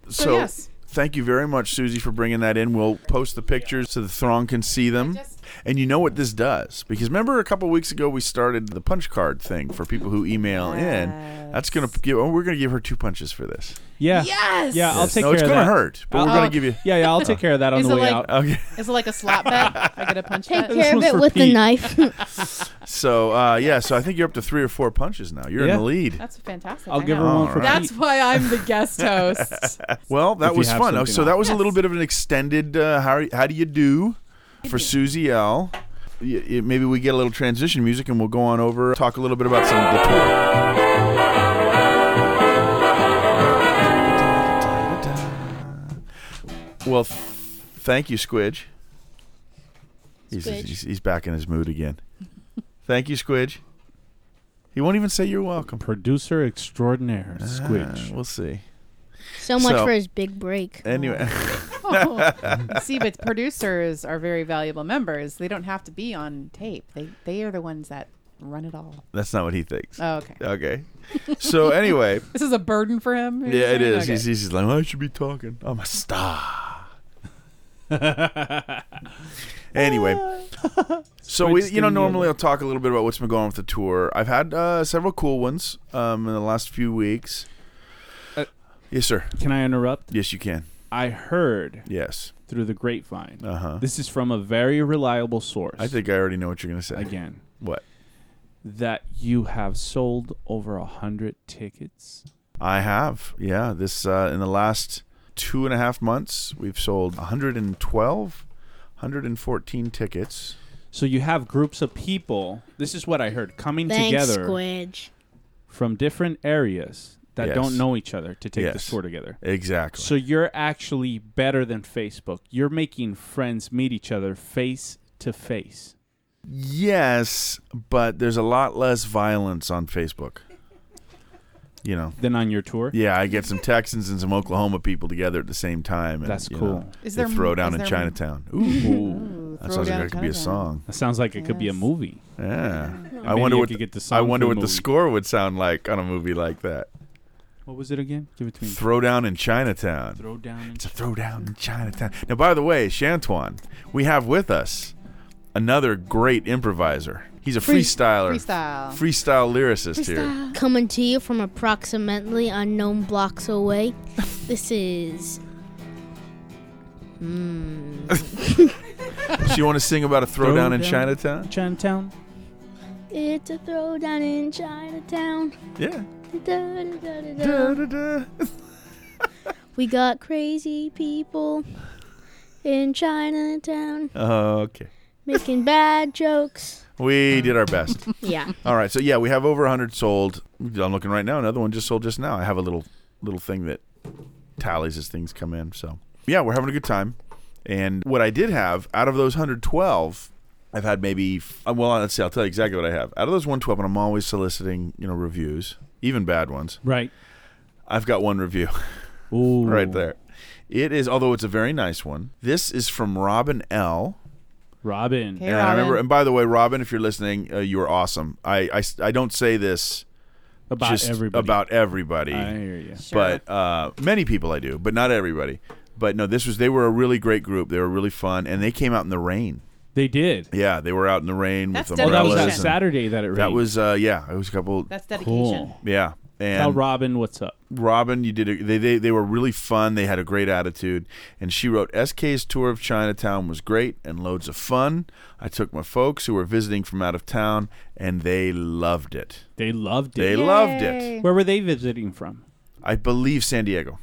D: So,
A: yes.
D: thank you very much, Susie, for bringing that in. We'll post the pictures so the throng can see them.
A: just-
D: And you know what this does? Because remember, a couple weeks ago we started the punch card thing for people who email in. Oh, That's gonna give. Oh, we're gonna give her two punches for this.
F: yeah.
A: Yes.
F: Yeah, I'll take
D: no,
F: care
D: it's
F: of
D: gonna
F: that.
D: hurt, but we're
A: Oh.
D: gonna give you.
F: Yeah, yeah, I'll take care of that on
A: Is
F: the
A: it
F: way
A: like-
F: out.
D: Okay.
A: Is it like a slap bet? I get a
D: <laughs>
A: punch
G: Take
A: bet?
G: care of
F: one's
G: it
F: for
G: with the
F: Pete.
G: knife. <laughs>
D: So uh, yeah, so I think you're up to three or four punches now. You're
F: Yeah.
D: in the lead.
A: That's fantastic.
F: I'll
A: I
F: give her
A: know.
F: one for
D: Alright.
A: That's
F: Pete.
A: why I'm the
D: <laughs>
A: guest host.
D: Well,
F: If
D: that
F: you
D: was
F: have
D: fun. Oh,
F: something
D: So that was a
A: else.
D: little bit of an extended uh, how how do you do for Susie L. Y- y- Maybe we get a little transition music and we'll go on over talk a little bit about some of the tour. Well, th- thank you, Squidge. He's,
G: Squidge.
D: he's, he's back in his mood again. thank you, Squidge. He won't even say you're welcome.
F: Producer extraordinaire,
D: Uh,
F: Squidge.
D: We'll see.
G: So much
D: So-
G: for his big break.
D: Anyway, <laughs>
A: Oh. See, but producers are very valuable members. They don't have to be on tape. They they are the ones that run it all.
D: that's not what he thinks.
A: Oh, okay.
D: Okay. So anyway,
A: This is a burden for him. you're
D: yeah, it
A: saying?
D: is.
A: Okay.
D: He's, he's just like, I should be talking. I'm a star. anyway, so we, you know, normally I'll talk a little bit about what's been going on with the tour. I've had uh, several cool ones um, in the last few weeks.
F: Uh,
D: yes, sir.
F: Can I interrupt?
D: Yes, you can.
F: I heard
D: Yes.
F: through the grapevine.
D: Uh huh.
F: This is from a very reliable source.
D: I think I already know what you're gonna say.
F: again
D: What?
F: that you have sold over a hundred tickets.
D: I have. Yeah. This uh, in the last two and a half months, we've sold 112, 114 tickets.
F: So you have groups of people. This is what I heard coming
G: Thanks,
F: together
G: Squidge.
F: from different areas that
D: Yes.
F: don't know each other to take
D: Yes.
F: this tour together.
D: Exactly.
F: So you're actually better than Facebook. You're making friends meet each other face to face.
D: yes, but there's a lot less violence on Facebook. You know,
F: Then on your tour,
D: yeah, I get some Texans and some Oklahoma people together at the same time. And,
F: that's
D: you
F: cool.
D: know,
A: Is
D: they
A: there
D: throw
A: is
D: down in
A: there-
D: Chinatown? Ooh,
A: Ooh,
D: that
A: throw
D: sounds like
A: down
D: that could be a
A: Chinatown.
D: song.
F: That sounds like it could be a
A: Yes.
F: movie.
D: Yeah, I
F: Maybe
D: wonder
F: you
D: what
F: could
D: the,
F: get the song
D: I
F: for
D: wonder
F: a
D: what the
F: movie.
D: score would sound like on a movie like that.
F: What was it again? Give it to me.
D: Throwdown in Chinatown.
F: Throw down.
D: It's a throwdown in Chinatown. Now, by the way, Shantuan, we have with us another great improviser. He's a
A: Free-
D: freestyler,
A: freestyle.
D: freestyle lyricist here.
G: Coming to you from approximately unknown blocks
D: <laughs>
G: away. this is. hmm,
D: So you want to sing about a throwdown in Chinatown?
F: Chinatown.
G: It's a throwdown in Chinatown.
D: Yeah.
G: Da-da-da-da-da.
D: Da-da-da.
G: We got crazy people in Chinatown
D: Okay. <laughs>
G: making bad jokes.
D: We did our best.
G: Yeah.
D: All right. So yeah, we have over 100 sold. I'm looking right now. Another one just sold just now. I have a little little thing that tallies as things come in. So yeah, we're having a good time. And what I did have out of those 112, I've had maybe f- uh, well, let's see. I'll tell you exactly what I have out of those 112, and I'm always soliciting you know reviews, even bad ones.
F: Right.
D: I've got one review <laughs>
F: Ooh.
D: right there. It is, although it's a very nice one. This is from Robin L.
F: Robin.
A: Okay. Hey,
D: and I remember,
A: Robin.
D: and by the way, Robin, if you're listening, uh, you are awesome. I, I, s- I don't say this
F: About
D: just
F: everybody.
D: about everybody.
F: I hear you.
D: But uh, many people I do, but not everybody. But no, this was they were a really great group. They were really fun, and they came out in the rain.
F: They did.
D: Yeah, they were out in the rain
A: That's
D: with
F: Oh, that
D: umbrellas.
F: was that
A: Relation.
D: and-
F: Saturday that it rained.
D: that was, uh, yeah, it was a couple.
A: That's dedication.
F: cool.
D: Yeah,
F: Tell
D: and
F: Robin what's up.
D: Robin, you did. A, they, they they were really fun. They had a great attitude, and she wrote, "SK's tour of Chinatown was great and loads of fun. I took my folks who were visiting from out of town, and they loved it.
F: They loved
D: They
F: it.
D: loved it.
F: Where were they visiting from?
D: I believe San Diego.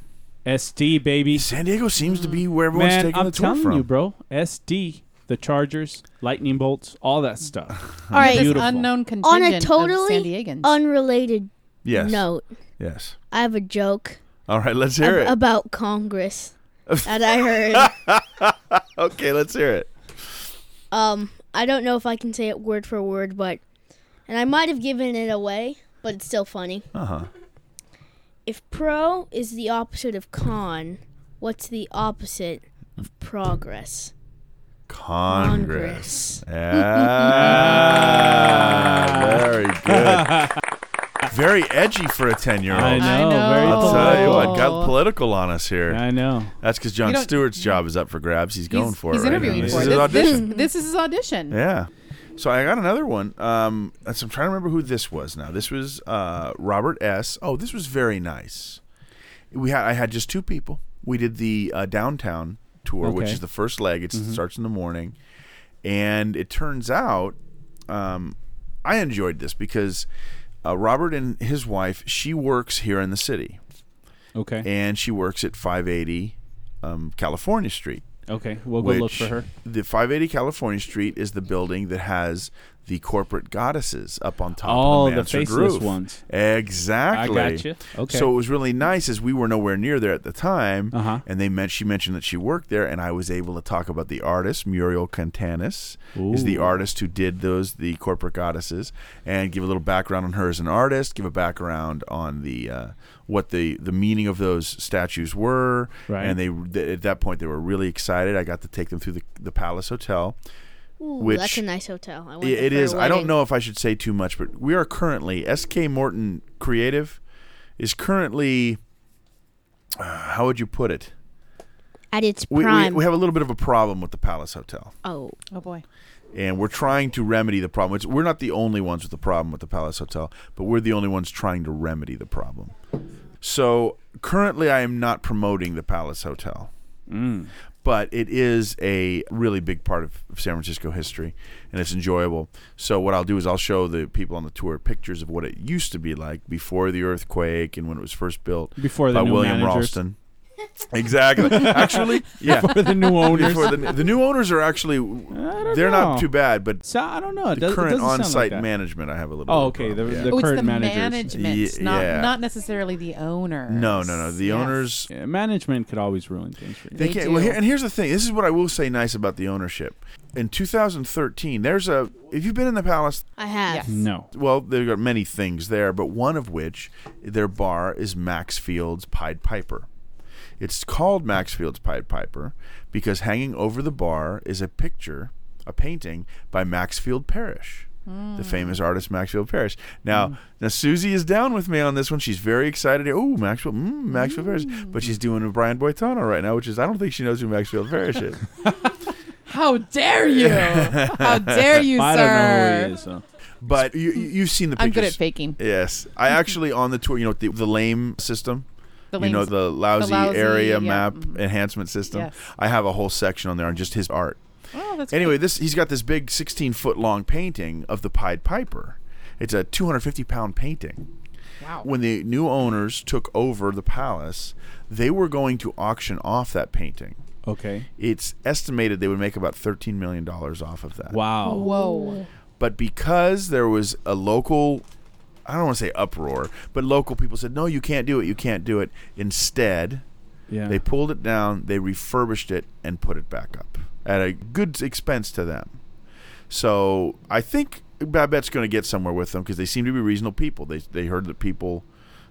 F: SD baby.
D: San Diego seems to be where everyone's
F: Man,
D: taking
F: I'm
D: the tour
F: telling
D: from.
F: you, bro. SD, the Chargers, lightning bolts, all that stuff.
D: <laughs>
A: All right, this
F: Beautiful.
A: unknown
G: On
A: contingent
G: a
A: of San
G: totally
A: Diegans.
G: unrelated
D: Yes.
G: note,
D: Yes.
G: I have a joke
D: All right, let's hear
G: ab-
D: it.
G: about Congress that I heard.
D: <laughs> okay, let's hear it.
G: Um, I don't know if I can say it word for word, but and I might have given it away, but it's still funny.
D: Uh huh.
G: If pro is the opposite of con, what's the opposite of progress?
D: Congress.
F: <laughs>
D: Ah, very good. Very edgy for a ten-year-old.
F: I know.
A: I
F: Very
A: know.
D: I'll tell you what,
A: Oh.
D: got political on us here.
F: I know.
D: That's because
A: You
D: John
A: don't-
D: Stewart's job is up for grabs. He's, going
A: he's,
D: for
A: he's
D: it. right now.
A: interviewing
D: This
A: for
D: is
A: it.
D: his
A: This- <laughs>
D: audition.
A: This, this is his audition.
D: Yeah. So I got another one. Um, that's- I'm trying to remember who this was. Now this was uh, Robert S. Oh, this was very nice. We had I had just two people. We did the uh, downtown tour, which
F: Okay.
D: is the first leg. It's, It starts in the morning, and it turns out um, I enjoyed this because uh, Robert and his wife she works here in the city,
F: Okay.
D: and she works at 580 um, California Street
F: okay. We'll go
D: which
F: look for her.
D: The 580 California Street is the building that has the corporate goddesses up on top. of
F: Oh, the
D: the, mansard
F: faceless
D: roof.
F: ones.
D: Exactly.
F: I gotcha. Okay.
D: So it was really nice, as we were nowhere near there at the time,
F: Uh-huh.
D: and they meant she mentioned that she worked there, and I was able to talk about the artist Muriel Cantanis, is the
F: Ooh.
D: artist who did those the corporate goddesses, and give a little background on her as an artist, give a background on the uh, what the the meaning of those statues were,
F: Right.
D: and they th- at that point they were really excited. I got to take them through the the Palace Hotel.
G: Ooh,
D: Which-
G: that's a nice hotel. I went
D: Yeah,
G: there
D: it
G: for a
D: is. I don't
G: wedding.
D: know if I should say too much, but we are currently SK Morton Creative is currently uh, how would you put it?
G: At its
D: We, we
G: prime.
D: we have a little bit of a problem with the Palace Hotel,
G: oh,
A: Oh boy.
D: and we're trying to remedy the problem. It's, we're not the only ones with the problem with the Palace Hotel, but we're the only ones trying to remedy the problem. So currently, I am not promoting the Palace Hotel.
F: Mm.
D: But it is a really big part of of San Francisco history, and it's enjoyable. So what I'll do is I'll show the people on the tour pictures of what it used to be like before the earthquake and when it was first built
F: Before the
D: by
F: new
D: William
F: managers. <laughs>
D: Ralston. <laughs> Exactly. Actually, yeah.
F: For
D: <laughs>
F: the new owners.
D: Before the, the new owners are actually
F: don't
D: they're
F: know.
D: not too bad, but
F: so I don't know. It
D: the
F: does,
D: current
F: on
D: on-site
F: like man.
D: management I have a little.
F: Oh,
D: bit of
F: okay,
D: a problem.
F: the-
D: Yeah.
A: oh, it's the
F: managers.
A: management,
D: Ye-
A: not
D: yeah.
A: not necessarily the owner.
D: no, no, no. The owners
F: Management could always ruin things for you.
D: They,
A: They
D: can't.
A: do.
D: Well, here, and here's the thing. This is what I will say nice about the ownership. In 2013, there's a. If you've been in the palace,
G: I have.
A: Yes.
F: no.
D: well, there are many things there, but one of which their bar is Maxfield's Pied Piper. It's called Maxfield's Pied Piper because hanging over the bar is a picture, a painting by Maxfield Parrish. the famous artist Maxfield Parrish. Now,
A: Hmm.
D: now Susie is down with me on this one. She's very excited. Oh, Maxwell, mm, Maxfield Parrish, but she's doing a Brian Boitano right now, which is I don't think she knows who Maxfield Parrish
A: <laughs>
D: is.
A: How dare
D: <laughs>
A: you? How dare you,
F: I
A: sir?
F: don't know who he is. So.
D: But you, you you've seen the
A: I'm
D: pictures.
A: good at faking.
D: Yes,
A: <laughs>
D: I actually on the tour. You know the, the lame system.
A: The
D: you know
A: lanes.
D: the lousy,
A: lousy,
D: area
A: yeah,
D: map
A: mhm.
D: enhancement system.
A: Yes.
D: I have a whole section on there on just his art.
A: oh, that's
D: Anyway, this he's got this big 16 foot long painting of the Pied Piper. It's a 250 pound painting.
A: Wow.
D: When the new owners took over the palace, they were going to auction off that painting.
F: Okay.
D: It's estimated they would make about 13 million dollars off of that.
F: Wow.
A: Whoa.
D: But because there was a local I don't want to say uproar, but local people said, "No, you can't do it. You can't do it." Instead,
F: Yeah.
D: they pulled it down, they refurbished it, and put it back up at a good expense to them. So I think Babette's going to get somewhere with them because they seem to be reasonable people. They they heard that people,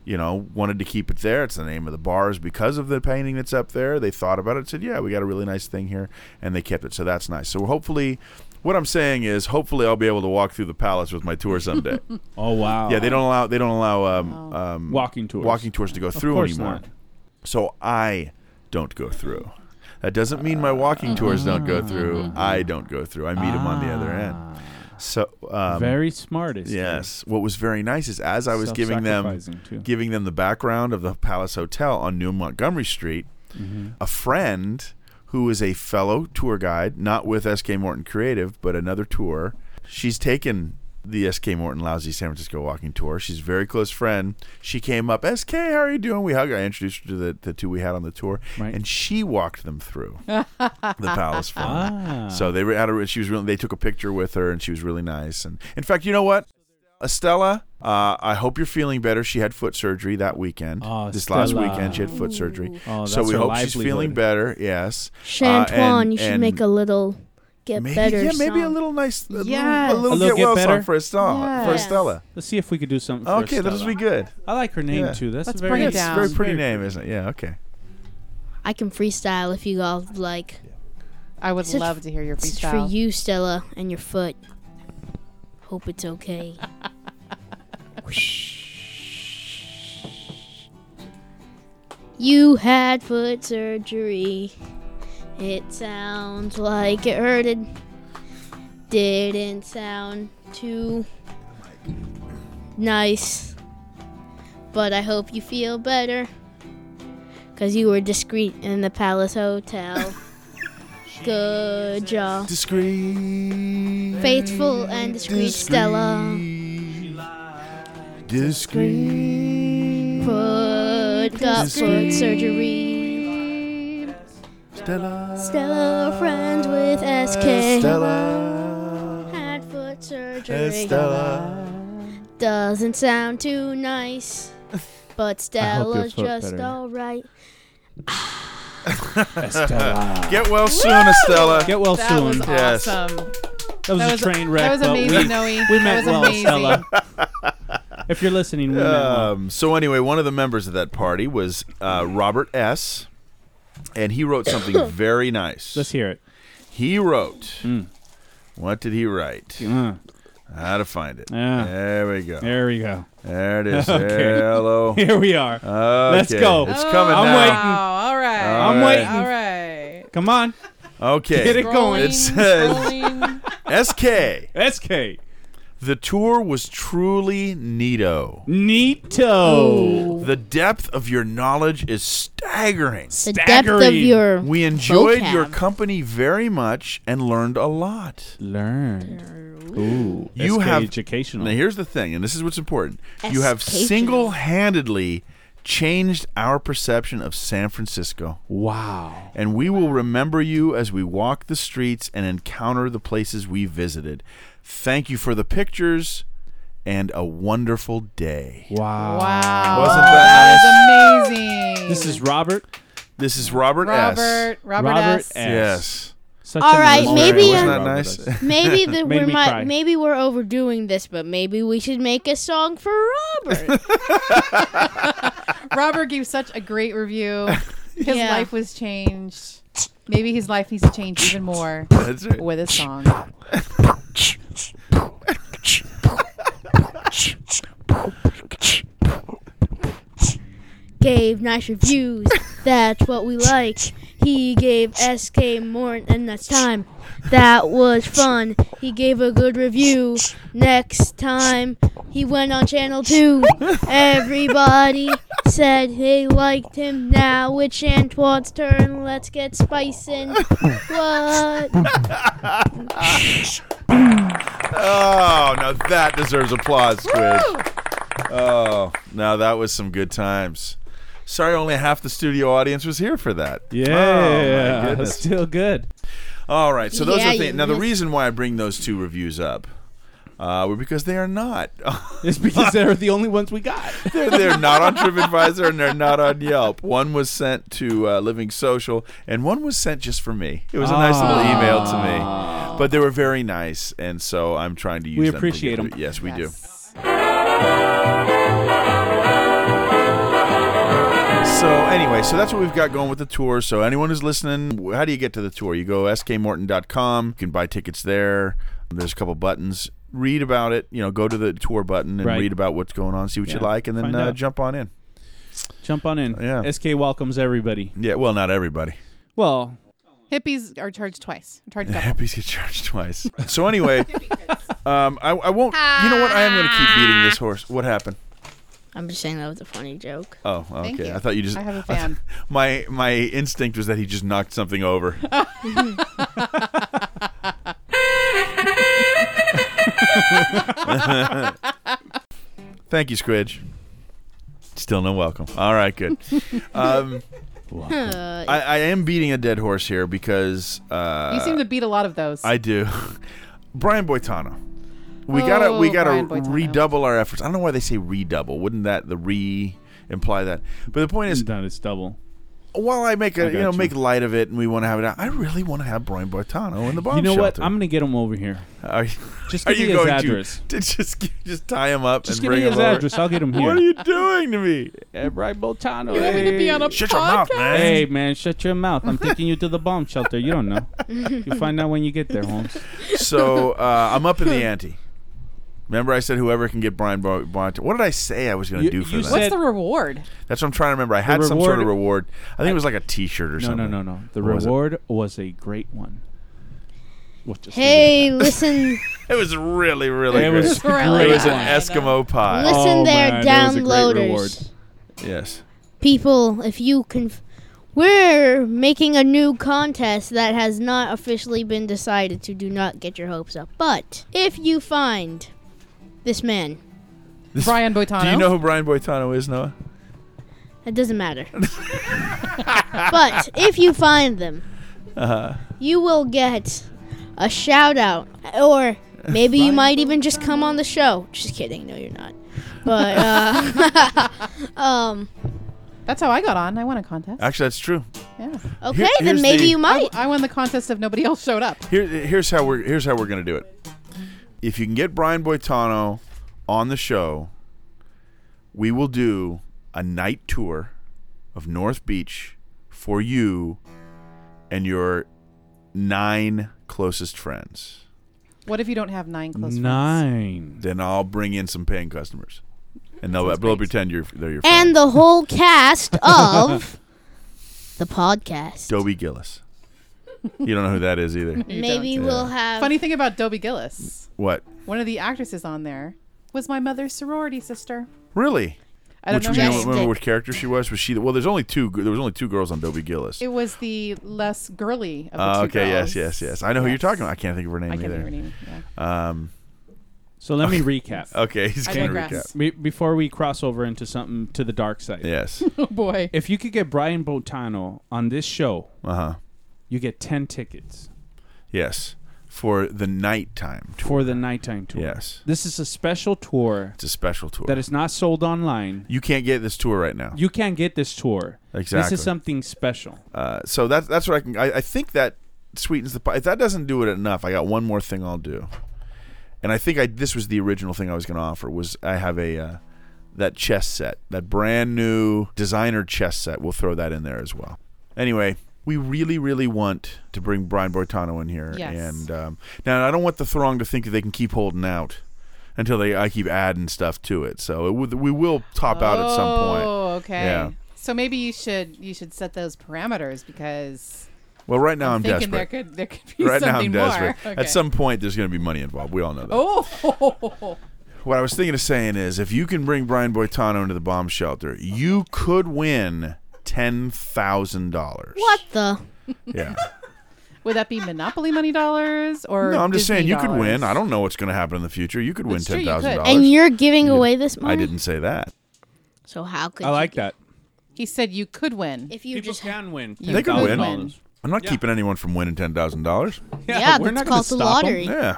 D: you know, wanted to keep it there. It's the name of the bars because of the painting that's up there. They thought about it, said, "Yeah, we got a really nice thing here," and they kept it. So that's nice. So hopefully. What I'm saying is, hopefully, I'll be able to walk through the palace with my tour
F: <laughs>
D: someday.
F: oh wow.
D: yeah, they don't allow they don't allow um, um,
F: walking tours.
D: walking tours to go
F: Of
D: through
F: course
D: anymore.
F: not.
D: So I don't go through. That doesn't mean my walking tours don't go through. I don't go through. I meet him on the other end. So um,
F: Very smart. is
D: yes. What was very nice is as I was giving them
F: Self-sacrificing, too.
D: giving them the background of the Palace Hotel on New Montgomery Street,
F: Mm-hmm.
D: a friend who is a fellow tour guide, not with SK Morton Creative, but another tour, she's taken the SK Morton Lousy San Francisco Walking Tour. She's a very close friend. She came up, SK, how are you doing? We hugged. her. I introduced her to the, the two we had on the tour,
F: Right.
D: and she walked them
F: <laughs>
D: through the palace for them.
F: Ah.
D: So they were at her. She was really. They took a picture with her, and she was really nice. And in fact, you know what, Estella, uh, I hope you're feeling better. She had foot surgery that weekend.
F: Oh,
D: this last
F: Stella.
D: weekend, she had foot surgery.
F: Oh,
D: so
F: that's
D: we
F: her
D: hope she's feeling
F: livelihood.
D: better. Yes. Uh,
G: Shantuan,
D: and-
G: you should
D: and
G: make a little get
D: maybe,
G: better.
D: Yeah, maybe a
G: song.
D: little nice. A
A: Yes.
D: little, a little,
F: A
D: get,
F: little get
D: well song
F: better?
D: for Estella. For
G: Yes.
D: Estella.
F: Let's see if we could do something. For
D: Okay, that'll
F: Stella.
D: be good.
F: I like her name
D: Yeah.
F: too. That's
A: Let's
F: a very
A: bring it
F: it's
A: down.
D: Very
A: Sounds
D: pretty name, isn't it? Yeah. Okay.
G: I can freestyle if you all like.
A: I would
G: This is
A: love to hear your
G: It's
A: freestyle.
G: for you, Stella, and your foot. Hope
D: <laughs>
G: it's okay. you had foot surgery. It sounds like it hurted. Didn't sound too nice. But I hope you feel better. Cause you were discreet in the Palace
D: <laughs>
G: Hotel. Good job.
D: Discreet.
G: Faithful and discreet Stella.
D: Discreet.
G: Put got foot
D: Discreet.
G: surgery.
D: Stella.
G: Stella friends with SK.
D: Stella.
G: Had foot surgery.
D: Stella.
G: Doesn't sound
F: <laughs>
G: too nice. But
F: hope your
G: Stella's
F: foot
G: just
F: better.
G: alright.
F: Estella.
D: Get well soon, Estella.
F: Get well
A: that was
F: soon.
D: Yes.
A: awesome.
F: That was
A: That
F: a
A: was-
F: train wreck.
A: that was
F: but
A: amazing,
F: we,
A: Noe.
F: We
A: That was
F: meant well,
A: amazing.
F: Stella.
D: <laughs>
F: if you're listening, we meant well.
D: Um, so anyway, one of the members of that party was uh, Robert S. And he wrote
F: <coughs>
D: something very nice.
F: Let's Hmm. hear it.
D: He wrote. What did he write?
F: Mm.
D: How to find it?
F: Yeah.
D: There we go.
F: There we go. <laughs>
D: There it is.
F: Okay.
D: Hello.
F: Here we are.
D: Okay.
F: <laughs> Let's go.
D: It's coming
F: I'm
D: now.
F: waiting.
A: Wow. All right.
D: I'm
F: waiting.
A: All right.
F: Come on.
D: Okay.
F: Get it going.
D: It says <laughs> SK.
F: SK.
D: The tour was truly neato.
F: Neato.
D: The depth of your knowledge is staggering.
G: The depth of
F: Staggering.
G: your
D: We enjoyed
G: Vocab.
D: your company very much and learned a lot.
F: learned. Ooh.
D: You
F: SK
D: have-
F: educational.
D: Now, here's the thing, and this is what's important. You have
G: Escapism.
D: single handedly changed our perception of San Francisco,
F: wow.
D: and we will remember you as we walk the streets and encounter the places we visited. Thank you for the pictures and a wonderful day.
F: Wow.
A: Wow.
D: Wasn't that nice?
A: That is amazing.
F: This is Robert.
D: This is Robert, S.
A: Robert. Robert,
F: Robert
A: S.
F: S.
D: Yes.
F: Such
G: All
F: a
G: right,
F: nice
G: maybe
F: name.
G: I'm-
D: Wasn't that nice? <laughs>
G: maybe the,
F: Made me
G: we're mi-
F: cry.
G: maybe we're overdoing this, but maybe we should make a song for Robert.
A: Robert gave such a great <laughs> review. His
G: Yeah.
A: life was changed. Maybe his life needs to change even more
D: That's right.
A: with a song.
G: gave nice reviews. That's what we like. He gave SK more than enough time. That was fun. He gave a good review. Next time, he went on Channel 2. Everybody said they liked him. Now it's Antoine's turn. Let's get spicing. What?
D: Oh, now that deserves applause, Squidge. Oh, now that was some good times. Sorry, only half the studio audience was here for that. Oh, my
F: <laughs> Yeah,
D: goodness.
F: <laughs> still good.
D: All right, so those
G: Yeah,
D: are
G: you
D: things. Now, the
G: missed-
D: reason why I bring those two reviews up uh, were because they are not. <laughs>
F: It's because they're the only ones we got.
D: they're, <laughs> they're not on TripAdvisor and they're not on Yelp. One was sent to uh, Living Social and one was sent just for me. It was a nice little
F: Ah.
D: email to me. But they were very nice, and so I'm trying to use
F: We
D: them to
F: appreciate
D: get-
F: 'em.
D: Yes, we do. So anyway, so that's what we've got going with the tour. So anyone who's listening, how do you get to the tour? You go skmorton.com. You can buy tickets there. There's a couple buttons. Read about it. You know, go to the tour button and
F: Right.
D: read about what's going on, see what you
F: Yeah,
D: like, and then
F: find
D: uh,
F: out.
D: jump on in.
F: Jump on in.
D: Uh, Yeah.
F: SK
D: <laughs>
F: welcomes everybody.
D: Yeah, well, not <laughs> everybody.
F: Well,
A: Hippies are charged twice. Charged double.
D: Hippies get charged twice. So anyway, um, I, I won't. You know what? I am going to keep beating this horse. What happened?
G: I'm just saying that was a funny joke.
D: Oh, okay.
A: Thank you.
D: I thought you just.
A: I have a
D: <laughs> I
A: fan.
D: th- my my instinct was that he just knocked
A: <laughs>
D: something over. Thank you, Squidge. Still no welcome. All
A: <laughs>
D: right, good. Um,
G: Uh,
D: I, I am beating a dead horse here because uh,
A: you seem to beat a lot of those.
D: I do. <laughs> Brian Boitano. We gotta we
A: Oh,
D: gotta
A: Brian Boitano.
D: redouble our efforts. I don't know why they say redouble. Wouldn't that the re imply that? But the point is,
F: it's not. It's double.
D: while I make a you know
F: gotcha.
D: make light of it and we want to have it out, I really want to have Brian Boitano in the bomb
F: you know
D: shelter.
F: what? I'm gonna get him over here.
D: Are you, <laughs>
F: Just
D: are
F: give
D: you
F: me his
D: going
F: address.
D: to just gi- just tie him up
F: Just
D: and
F: give
D: bring
F: me his
D: him over?
F: address. I'll get him
D: <laughs>
F: here.
D: What are you doing to me?
F: Eh, Brian Boltano.
A: You want me to be on a
D: Shut your mouth,
A: podcast?
D: man.
F: Hey man, shut your mouth! I'm taking you to the bomb shelter. You don't know.
A: <laughs>
F: You find out when you get
D: <laughs>
F: there, Holmes.
D: So uh, I'm up in the ante. Remember, I said whoever can get Brian Bo- Boitano. What did I say I was going to
F: You-
D: do for
F: you
D: that?
A: What's
F: said-
A: the reward?
D: That's what I'm trying to remember. I had some sort of reward. I think it was like a T-shirt or
F: No,
D: something.
F: no, no, no. The
D: What was it?
F: reward was, a great one. Well, just leave
G: hey, listen.
D: It was really, really.
F: It
D: great.
F: was
A: really
D: <laughs> It was an
A: good.
D: Eskimo pie.
F: it.
G: Listen
F: oh,
G: there,
F: man, that was a great reward.
G: downloaders.
D: Yes.
G: People, if you can. We're making a new contest that has not officially been decided, so do not get your hopes up. But if you find this man,
A: Brian Boitano.
D: Do you know who Brian Boitano is, Noah?
G: it
D: <laughs>
G: doesn't matter. but if you find them,
D: Uh-huh.
G: you will get a shout out, or maybe you might even just come on the show. Just kidding, no,
D: <laughs>
G: you're not. But uh, um,
A: That's how I got on. I won a contest.
D: Actually, that's true.
A: Yeah.
G: okay,
D: Here-
G: then
D: here's
G: maybe
D: the-
G: you might.
A: I, I won the contest if nobody else showed up.
D: Here, here's how we're here's how we're gonna do it. If you can get Brian Boitano on the show, we will do a night tour of North Beach for you and your nine closest friends.
A: What if you don't have nine close friends?
F: Nine.
D: Then I'll bring in some paying customers, and they'll, they'll pretend you're they're your friends.
G: and the whole cast
D: <laughs>
G: of the podcast.
D: Dobie Gillis. You don't know who that is
A: <laughs>
D: either. <laughs>
G: Maybe we'll have
A: Funny thing about Dobie Gillis,
D: What?
A: one of the actresses on there was my mother's sorority sister.
D: Really?
A: I don't
D: Which
A: know.
D: you don't
A: her name.
D: remember which character she was? Was she? Well, there's only two. There was only two girls on Dobie Gillis.
A: It was the less girly of the
D: Ah,
A: two
D: okay.
A: girls.
D: Yes. Yes. Yes. I know who you're
A: Yes.
D: talking about. I can't think of her name
A: I can't
D: either.
A: remember her name. Yeah.
D: Um. <laughs>
F: So let me recap.
D: Okay. He's
A: I
D: gonna
A: digress.
D: recap.
F: Be- before we cross over into something to the dark side.
A: <laughs>
D: Yes.
A: Oh boy.
F: If you could get Brian Botano on this show,
D: Uh huh.
F: you get ten tickets
D: Yes. For the nighttime tour.
F: for the nighttime tour.
D: Yes.
F: This is a special tour
D: It's a special tour.
F: that is not sold online.
D: you can't get this tour right now.
F: You can't get this tour. This
D: Exactly.
F: is something special.
D: Uh, so that's that's what I can. I, I think that sweetens the pie. If that doesn't do it enough, I got one more thing I'll do. And I think I this was the original thing I was going to offer was I have a uh, that chess set, that brand new designer chess set. We'll throw that in there as well. Anyway, we really, really want to bring Brian Bortano in here.
A: Yes.
D: And um, now I don't want the Throng to think that they can keep holding out until they I keep adding stuff to it. So it, would- we will top out at some point.
A: Oh, okay.
D: Yeah.
A: So maybe you should you should set those parameters because
D: Well, right now I'm,
A: I'm thinking
D: desperate.
A: there could there could be
D: <laughs> right now I'm
A: something
D: desperate.
A: more. Okay.
D: At some point, there's going to be money involved. We all know that.
A: <laughs> oh,
D: What I was thinking of saying is, if you can bring Brian Boitano into the bomb shelter, you could win ten thousand dollars.
G: What the?
A: <laughs>
D: Yeah.
A: would that be Monopoly money dollars or?
D: No, I'm just saying
A: Disney
D: you could win.
A: dollars?
D: I don't know what's going to happen in the future. You could win
A: That's true,
D: ten
A: you
D: thousand
A: could.
G: And
D: dollars.
G: you're giving away this money?
D: I didn't say that.
G: So how could
F: I
G: you
F: like
G: get-
F: that.
A: He said you could win.
G: If you
H: People
G: just
H: can win.
A: You
D: They could win.
A: $10,000.
D: I'm not keeping anyone from winning ten thousand dollars.
G: yeah,
F: we're not
G: that's
F: gonna
G: called the
F: stop 'em.
G: lottery.
D: Yeah.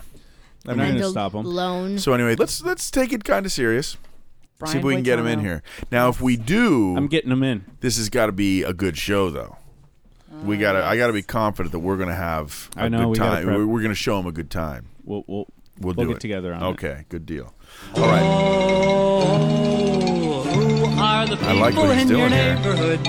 F: I'm not
G: And
F: going to
G: the
F: stop him.
G: Loan.
D: So anyway, let's let's take it kind of serious. See if
A: Brian
D: we can get him in
A: Boitano.
D: here. Now, if we do,
F: I'm getting him in.
D: this has got to be a good show, though. We gotta.
I: Oh,
D: I gotta be confident that we're gonna have a
F: I know,
D: good
F: we gotta
D: time.
F: prep.
D: We're, we're gonna show him a good time.
F: We'll we'll
D: We'll, do
F: get
D: it.
F: together on it.
D: Okay, good deal. All right.
I: Oh, Who are the
D: I like
I: people
D: what he's
I: in
D: doing
I: your
D: here.
I: neighborhood?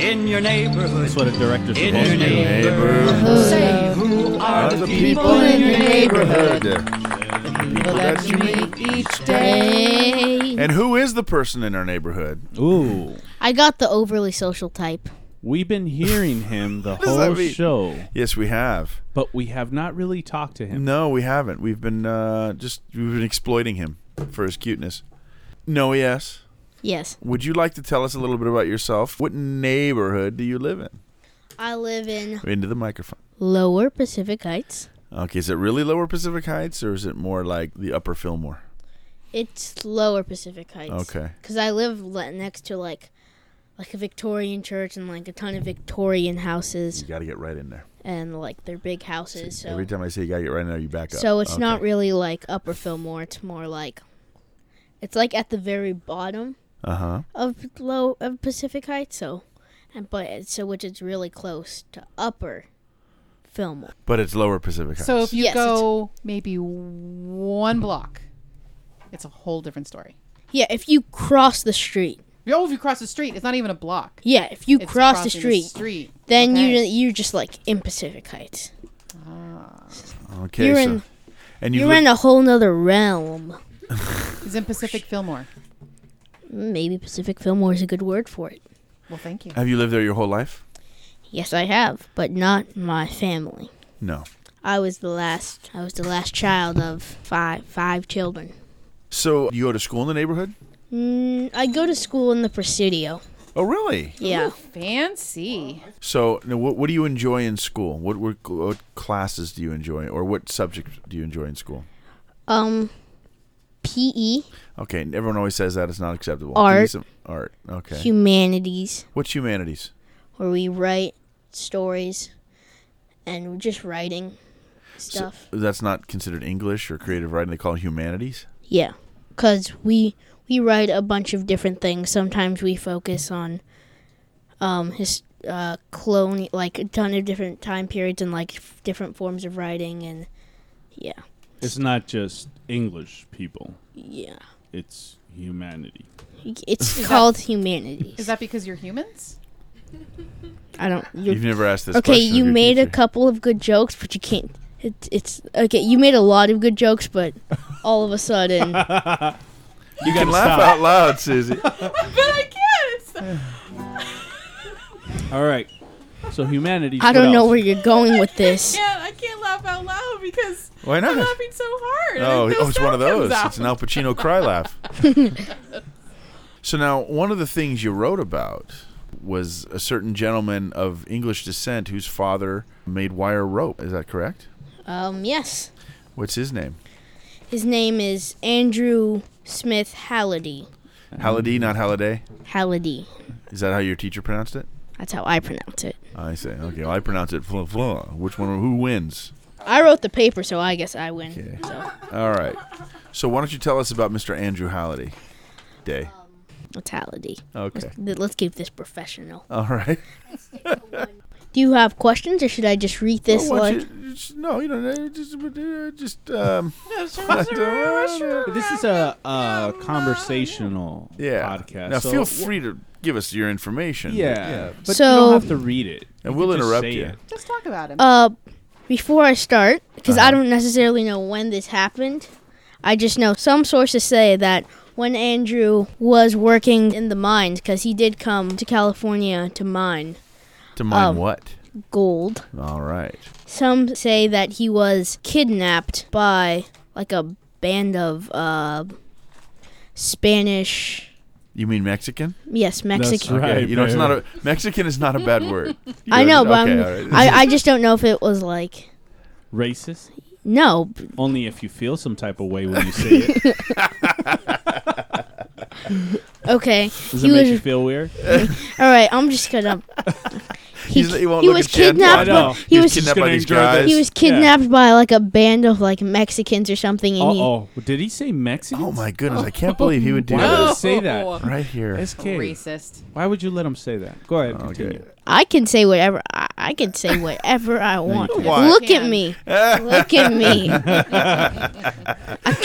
I: In your neighborhood.
F: That's what a director's
I: In
F: supposed
I: your
F: to do.
D: Neighborhood
I: Say, who are the people in your neighborhood?
D: People that you meet.
A: Each
G: Hey.
D: And who is the person in our neighborhood?
F: Ooh,
G: I got the overly social type.
F: we've been hearing
D: <laughs>
F: him the
D: does that
F: whole
D: mean?
F: show,
D: Yes, we have.
F: but we have not really talked to him.
D: No, we haven't. We've been uh, just we've been exploiting him for his cuteness. No, yes.
G: Yes.
D: Would you like to tell us a little bit about yourself? What neighborhood do you live in?
G: I live in
D: Into the microphone.
G: Lower Pacific Heights.
D: Okay, is it really Lower Pacific Heights or is it more like the Upper Fillmore?
G: It's Lower Pacific Heights.
D: Okay.
G: Because I live le- next to like, like a Victorian church and like a ton of Victorian houses
D: You got to get right in there.
G: and like their big houses. So,
D: Every time I say you got to get right in there, you back up.
G: so it's not
D: Okay.
G: really like Upper Fillmore. It's more like, it's like at the very bottom
D: Uh-huh.
G: of low of Pacific Heights. So, and but it- so which is really close to Upper Fillmore.
D: But it's Lower Pacific Heights.
A: So if you
G: Yes, it's-
A: go maybe one block, it's a whole different story.
G: Yeah, if you cross the street.
A: Oh, if you cross the street, it's not even a block.
G: Yeah, if you
A: It's
G: cross the
A: crossing
G: street,
A: street.
G: then
A: Okay.
G: you you're just like in Pacific Heights.
D: okay,
G: you're
D: so
G: in-
D: and you
G: You're
D: live-
G: in a whole nother realm.
A: He's in Pacific Fillmore.
G: Maybe Pacific Fillmore is a good word for it.
A: Well, thank you.
D: Have you lived there your whole life?
G: Yes, I have, but not my family.
D: No.
G: I was the last. I was the last child of five five children.
D: So you go to school in the neighborhood?
G: Mm, I go to school in the Presidio.
D: Oh, really?
G: Yeah,
A: Fancy.
D: So, now what, what do you enjoy in school? What, what what classes do you enjoy, or what subjects do you enjoy in school?
G: um, PE,
D: Okay, and everyone always says that it's not acceptable. Give me
G: Art.
D: some- art. Okay.
G: humanities,
D: What's humanities?
G: where we write stories, and we're just writing stuff.
D: That's not considered English or creative writing. They call it humanities.
G: Yeah, cause we we write a bunch of different things. Sometimes we focus on um his uh clone like a ton of different time periods and like f- different forms of writing and yeah
F: It's not just English people;
G: yeah
F: it's humanity.
G: it's called humanities.
A: Is that because you're humans? <laughs>
G: I don't. You're,
D: You've never asked this.
G: okay,
D: question of
G: you
D: your
G: made a
D: teacher.
G: couple of good jokes, but you can't. It, it's okay. You made a lot of good jokes,
F: <laughs>
G: but all of a sudden,
F: You
D: You
F: got
D: can laugh out loud, Susie.
F: All right. So humanity.
G: I don't know where you're going with this.
A: <laughs> I can't laugh out loud because
D: Why not?
A: so hard.
D: Oh, oh, it's one of those. It's an Al Pacino cry laugh. so now, one of the things you wrote about was a certain gentleman of English descent whose father made wire rope. Is that correct?
G: Um, yes,
D: What's his name?
G: his name is Andrew Smith Halliday.
D: Halliday, not Halliday.
G: Halliday.
D: Is that how your teacher pronounced it?
G: That's how I pronounce it.
D: I say. Okay, well, I pronounce it fla fla. Which one? Who wins?
G: I wrote the paper, so I guess I win.
D: Okay.
G: So
D: All right. So why don't you tell us about Mr. Andrew Halliday? Day.
G: it's Halliday.
F: Oh,
D: Okay.
G: Th- Let's keep this professional.
D: All right.
G: Do you have questions, or should I just read this?
D: Well, why
G: like,
D: don't you- just- no, you don't. know, Just, uh, just
G: <laughs>
D: um.
F: This is a, uh conversational
D: <laughs> yeah.
F: podcast.
D: Now
F: so
D: feel free to give us your information.
F: Yeah, but you
G: So-
F: don't have to read it.
D: And
F: You
D: we'll
F: can just
D: interrupt
F: say
D: you.
F: it.
A: Just talk about him.
G: Uh, before I start,
D: Uh-huh.
G: because I don't necessarily know when this happened, I just know some sources say that when Andrew was working in the mines because he did come to California to mine
D: To mine
G: Um,
D: what?
G: gold.
D: All right.
G: Some say that he was kidnapped by like a band of uh, Spanish,
D: You mean Mexican?
G: yes, Mexican.
F: right.
D: Okay,
F: Hey,
D: you know, it's
F: babe.
D: not a Mexican is not a bad word.
G: <laughs> I know, but
D: Okay,
G: I'm,
D: all right.
G: I, I just don't know if it was like
F: Racist?
G: no,
F: Only if you feel some type of way when you say
G: <laughs>
F: it.
G: Okay.
F: Does
G: He
F: it make
G: was-
F: you feel weird?
G: All right. I'm just
D: <laughs>
G: gonna. He,
D: He's- he won't
G: he
D: look
G: was
D: at you.
G: kidnapped.
F: I know.
G: By, he
D: He's
G: was
D: kidnapped
F: Just
D: by
F: gonna
D: these
F: enjoy this.
D: guys.
G: he was kidnapped by like a band of like Mexicans or something, and
F: Uh
G: he
F: oh. Did he say Mexican?
D: oh my goodness! I can't believe he would do
F: Why would
D: that
F: he say
G: <laughs>
F: that?
D: right here.
F: SK.
A: Racist.
F: Why would you let him say that? Go ahead. Continue.
D: Okay.
G: I can say whatever I, I can say whatever I want.
D: Why?
G: Look at
A: Can.
F: <laughs>
G: me.
D: <laughs>
G: Look at me.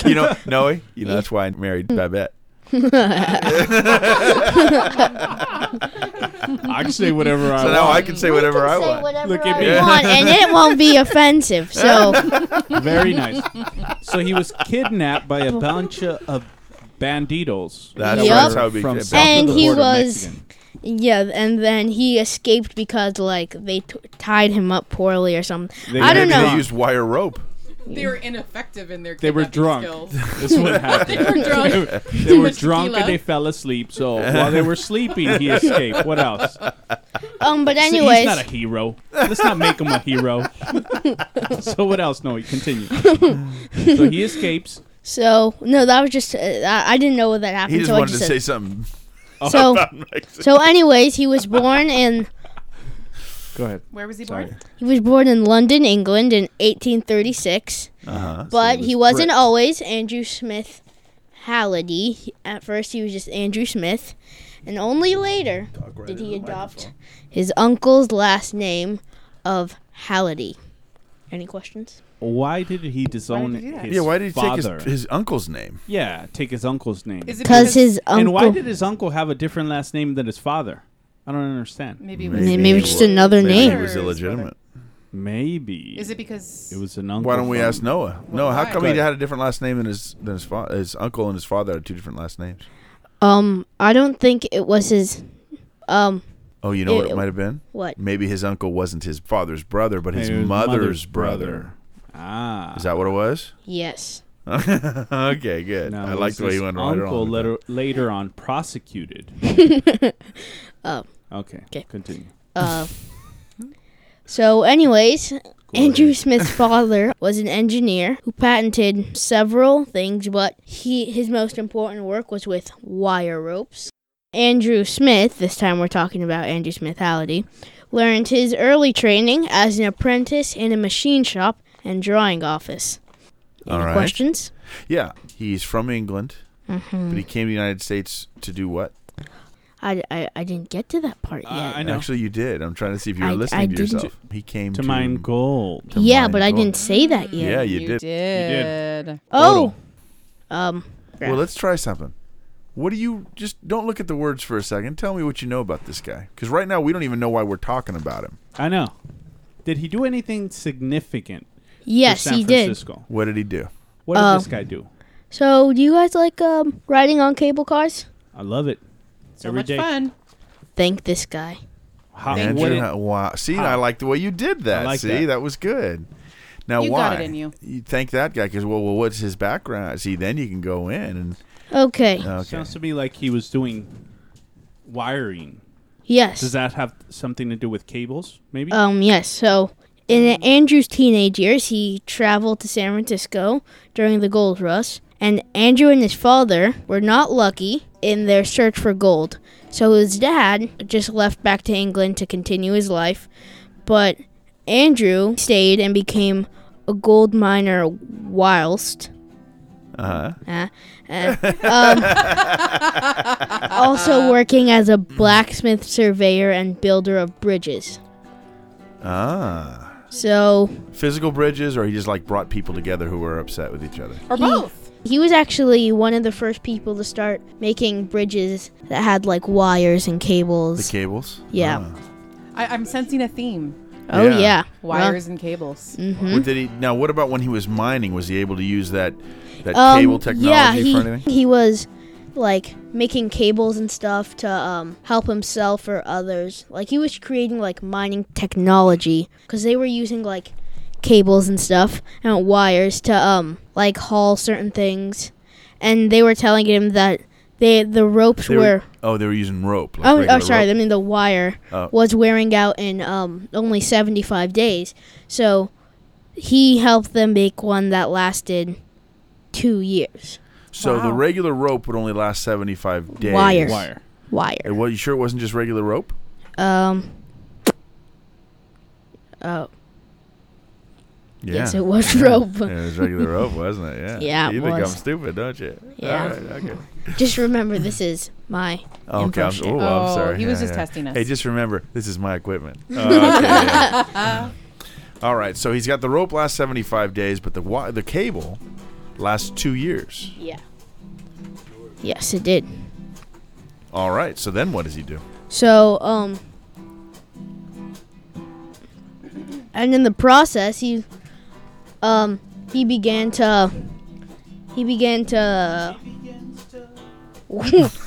D: you know, <laughs> Noe. You know that's why I married <laughs> Babette.
F: I can say whatever I
D: So now I can say whatever I
G: Say
D: want.
G: whatever
F: Look at
G: I
F: me.
G: want, and it won't be offensive.
F: <laughs>
G: So
F: want. Very nice. So he was kidnapped by a bunch of banditos.
D: That's
F: that
G: Yup.
F: were
D: how we-
F: from
D: yeah,
F: south of
G: And
F: the
G: he
F: border
G: was-
F: Mexican.
G: yeah, and then he escaped because like they t- tied him up poorly or something.
F: They
G: I don't
D: Maybe
G: know.
D: They used wire rope.
J: They were ineffective in their
F: They were
J: kidnapping
F: drunk.
D: <laughs>
J: skills.
F: That's what
J: They
F: happened.
J: were drunk.
F: They were
J: much
F: drunk
J: tequila.
F: and they fell asleep. So while they were sleeping, he escaped. What else?
G: Um, but
F: See,
G: anyways,
F: he's not a hero. Let's not make him a hero. so what else? No, he continues. so he escapes.
G: So no, that was just uh, I, I didn't know what that
D: He
G: happened.
D: just
G: so I
D: wanted to
G: just
D: say
G: said,
D: something.
G: so so. Anyways, he was born in
F: Go ahead.
A: Where was he
F: Sorry.
A: born?
G: he was born in London, England, in 1836.
D: Uh-huh.
G: But
F: was
G: he wasn't
F: Brit.
G: always Andrew Smith Halliday. He- At first, he was just Andrew Smith, and only later did he adopt his uncle's last name of Halliday. Any questions?
F: Why did he disown
A: Why did he do that?
F: his
D: Yeah, why did he take
F: father?
D: his, his uncle's name?
F: yeah, take his uncle's name.
J: Is it
G: Because his uncle.
F: and why did his uncle have a different last name than his father? I don't understand.
A: Maybe.
D: Maybe.
A: Maybe.
G: maybe just another
D: Maybe
G: name.
D: he was illegitimate.
F: Maybe
A: Is it because
F: it was an uncle?
D: Why don't we
F: from-
D: ask Noah? Noah, how
J: why?
D: come he
F: Right.
D: had a different last name than his than his, fa- his uncle and his father had two different last names?
G: Um, I don't think it was his. Um,
D: Oh, you know what it
G: Ew.
D: might have been?
G: what?
D: Maybe his uncle wasn't his father's brother, but his
F: Maybe
D: mother's,
F: his mother's
D: brother.
F: brother. Ah,
D: Is that what it was?
G: Yes.
D: <laughs> okay, good.
F: No,
D: I
F: it
D: like
F: was
D: the way
F: his
D: you went right
F: Uncle
D: on.
F: later, later on
G: <laughs>
F: prosecuted. oh. Okay.
G: 'Kay.
F: Continue.
G: Uh, so, anyways,
F: Go
G: Andrew
F: ahead.
G: Smith's father was an engineer who patented several things, but he his most important work was with wire ropes. Andrew Smith, this time we're talking about Andrew Smith Halliday, learned his early training as an apprentice in a machine shop and drawing office. Any
D: All right.
G: questions?
D: Yeah, he's from England,
G: Mm-hmm.
D: but he came to the United States to do what?
G: I, I, I didn't get to that part yet.
F: Uh, I know.
D: Actually, you did. I'm trying to see if you were
G: I-
D: listening
G: I
D: to
G: didn't.
D: yourself. He came to,
F: to mine gold.
D: to
G: yeah,
D: mine
G: but I
D: gold.
G: didn't say that yet.
D: Yeah, you, did.
A: did.
G: Oh. Um. crap.
D: Well, let's try something. What do you just don't look at the words for a second? Tell me what you know about this guy, because right now we don't even know why we're talking about him.
F: I know. Did he do anything significant?
G: yes,
F: for San
G: he did.
F: Francisco? did.
D: What did he do?
F: What did
G: Uh,
F: this guy do?
G: So, do you guys like um, riding on cable cars?
F: I love it.
A: So
F: Every
A: much
F: day.
A: fun.
G: Thank this guy.
F: How,
D: Andrew,
F: what did-
D: how- wow. See, I like the way you did that.
F: like
D: See, that.
F: that.
D: was good. Now,
A: You
D: why?
A: got it in you.
D: thank that guy because well, well, what's his background? See, then you can go in
G: Okay.
D: and okay.
F: Sounds to me like he was doing wiring.
G: yes.
F: Does that have something to do with cables? Maybe.
G: um. Yes. So, in Andrew's teenage years, he traveled to San Francisco during the gold rush, and Andrew and his father were not lucky in their search for gold. So his dad just left back to England to continue his life, but Andrew stayed and became a gold miner whilst
D: uh-huh.
G: Uh, uh, um, also working as a blacksmith surveyor and builder of bridges.
D: ah
G: So
D: physical bridges, or he just like brought people together who were upset with each other.
A: Or
G: He-
A: both.
G: he was actually one of the first people to start making bridges that had like wires and
D: The
G: cables.
D: cables.
G: Yeah.
D: Ah.
A: I, I'm sensing a theme.
G: oh
D: Yeah.
G: yeah, Mm-hmm.
A: Wires and cables.
D: What did he? Now, what about when he was mining? Was he able to use that that
G: Well, um,
D: cable technology
G: yeah,
D: for
G: he,
D: anything?
G: he was like making cables and stuff to um, help himself or others. Like he was creating like mining technology because they were using like cables and stuff and wires to um like haul certain things, and they were telling him that they the ropes
D: They
G: were.
D: were, oh, they were using rope. like
G: Oh, oh
D: regular
G: sorry.
D: rope.
G: I mean, the wire
D: Oh.
G: was wearing out in um, only 75 days. So he helped them make one that lasted two years.
D: So the regular rope would only last 75 days.
G: Wire.
F: Wire.
G: Wire.
D: And what, you sure it wasn't just regular rope?
G: Um. Oh.
D: Yeah.
G: Yes, it was rope.
D: Yeah, it was regular rope, wasn't it? Yeah.
G: Yeah, it
D: You think
G: was.
D: I'm stupid, don't you?
G: Yeah.
D: All right, okay.
G: <laughs> Just remember, this is my
D: Oh, okay. I'm,
G: impression.
D: oh, I'm
A: Oh,
D: sorry.
A: he was just testing us.
D: Hey, just remember, this is my
G: <laughs>
D: equipment. Oh, okay, yeah. <laughs> All right. So he's got the rope lasts 75 days, but the wi- the cable lasts two years.
G: Yeah. Yes, it did.
D: All right. So then what does he do?
G: So, um, and in the process, he, um, he began to, he began to, <laughs>